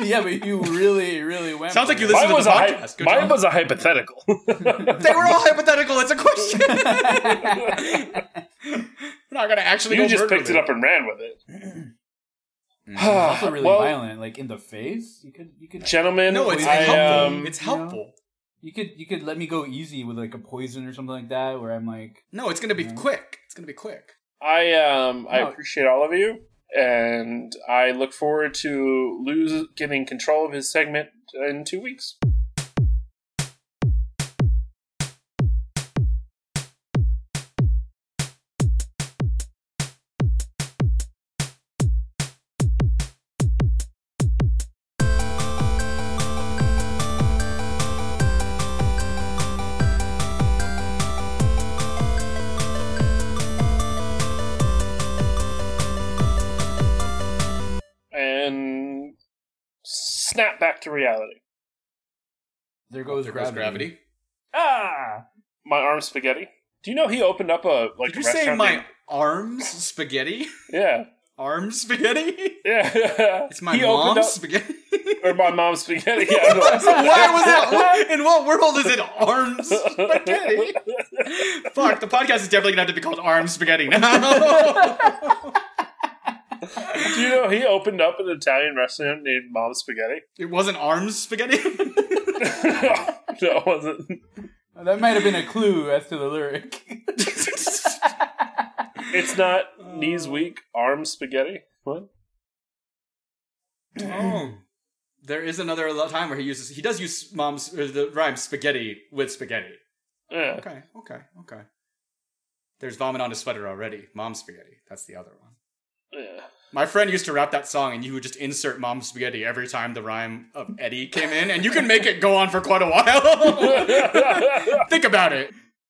Speaker 1: yeah, but you really, really went.
Speaker 2: Sounds
Speaker 1: for
Speaker 2: like you
Speaker 1: it.
Speaker 2: Listen
Speaker 3: Mine
Speaker 2: to
Speaker 3: was,
Speaker 2: the
Speaker 3: a hy-
Speaker 2: podcast. Good
Speaker 3: mine
Speaker 2: job.
Speaker 3: was
Speaker 2: [laughs]
Speaker 3: a hypothetical.
Speaker 2: they were all hypothetical. It's a
Speaker 3: [laughs]
Speaker 2: question. [laughs] We're not gonna actually.
Speaker 3: you
Speaker 2: go
Speaker 3: just
Speaker 2: murder
Speaker 3: picked it
Speaker 2: Lou.
Speaker 3: up and ran with it.
Speaker 2: Mm.
Speaker 3: [sighs]
Speaker 1: also really
Speaker 3: Well,
Speaker 1: violent, like in the face. You could, you could,
Speaker 3: Gentlemen,
Speaker 2: No, it's
Speaker 3: I,
Speaker 2: helpful.
Speaker 3: um,
Speaker 2: it's helpful.
Speaker 1: you could, you could let me go easy with like a poison or something like that, where I'm like,
Speaker 2: No, it's gonna be
Speaker 1: Yeah.
Speaker 2: quick. It's gonna be quick.
Speaker 3: I um I
Speaker 2: Oh.
Speaker 1: No.
Speaker 3: appreciate all of you, and I look forward to Lou's getting control of his segment in two weeks. and snap back to reality.
Speaker 1: there goes,
Speaker 2: there goes gravity.
Speaker 3: Ah, my arm spaghetti. Do you know he opened up a like?
Speaker 2: Did you
Speaker 3: a
Speaker 2: say
Speaker 3: restaurant
Speaker 2: my arms spaghetti? [laughs]
Speaker 3: thing? Yeah,
Speaker 2: arm spaghetti? [laughs]
Speaker 3: Yeah.
Speaker 2: It's my
Speaker 3: He
Speaker 2: mom's
Speaker 3: opened up-
Speaker 2: spaghetti.
Speaker 3: [laughs] or my
Speaker 2: [laughs]
Speaker 3: mom's spaghetti. Yeah, I'm like-
Speaker 2: so why was
Speaker 3: [laughs]
Speaker 2: that? what- in what world is it arm
Speaker 3: [laughs]
Speaker 2: spaghetti? Fuck, the podcast is definitely gonna have to be called arm spaghetti now.
Speaker 3: [laughs] Do you know he opened up an Italian restaurant named Mom's Spaghetti? [laughs]
Speaker 2: it wasn't arm spaghetti. [laughs]
Speaker 3: no, it wasn't.
Speaker 1: That might have been a clue as to the lyric.
Speaker 3: It's not knees weak, arms spaghetti. What?
Speaker 2: oh. There is another lo- time where he uses he does use mom's or the rhyme spaghetti with spaghetti.
Speaker 3: Yeah.
Speaker 2: Okay, okay, okay. There's vomit on his sweater already. Mom's spaghetti. That's the other one.
Speaker 3: yeah.
Speaker 2: My friend used to rap that song, and you would just insert "mom spaghetti" every time the rhyme of Eddie came in, and you can make it go on for quite a while. [laughs] Think about it.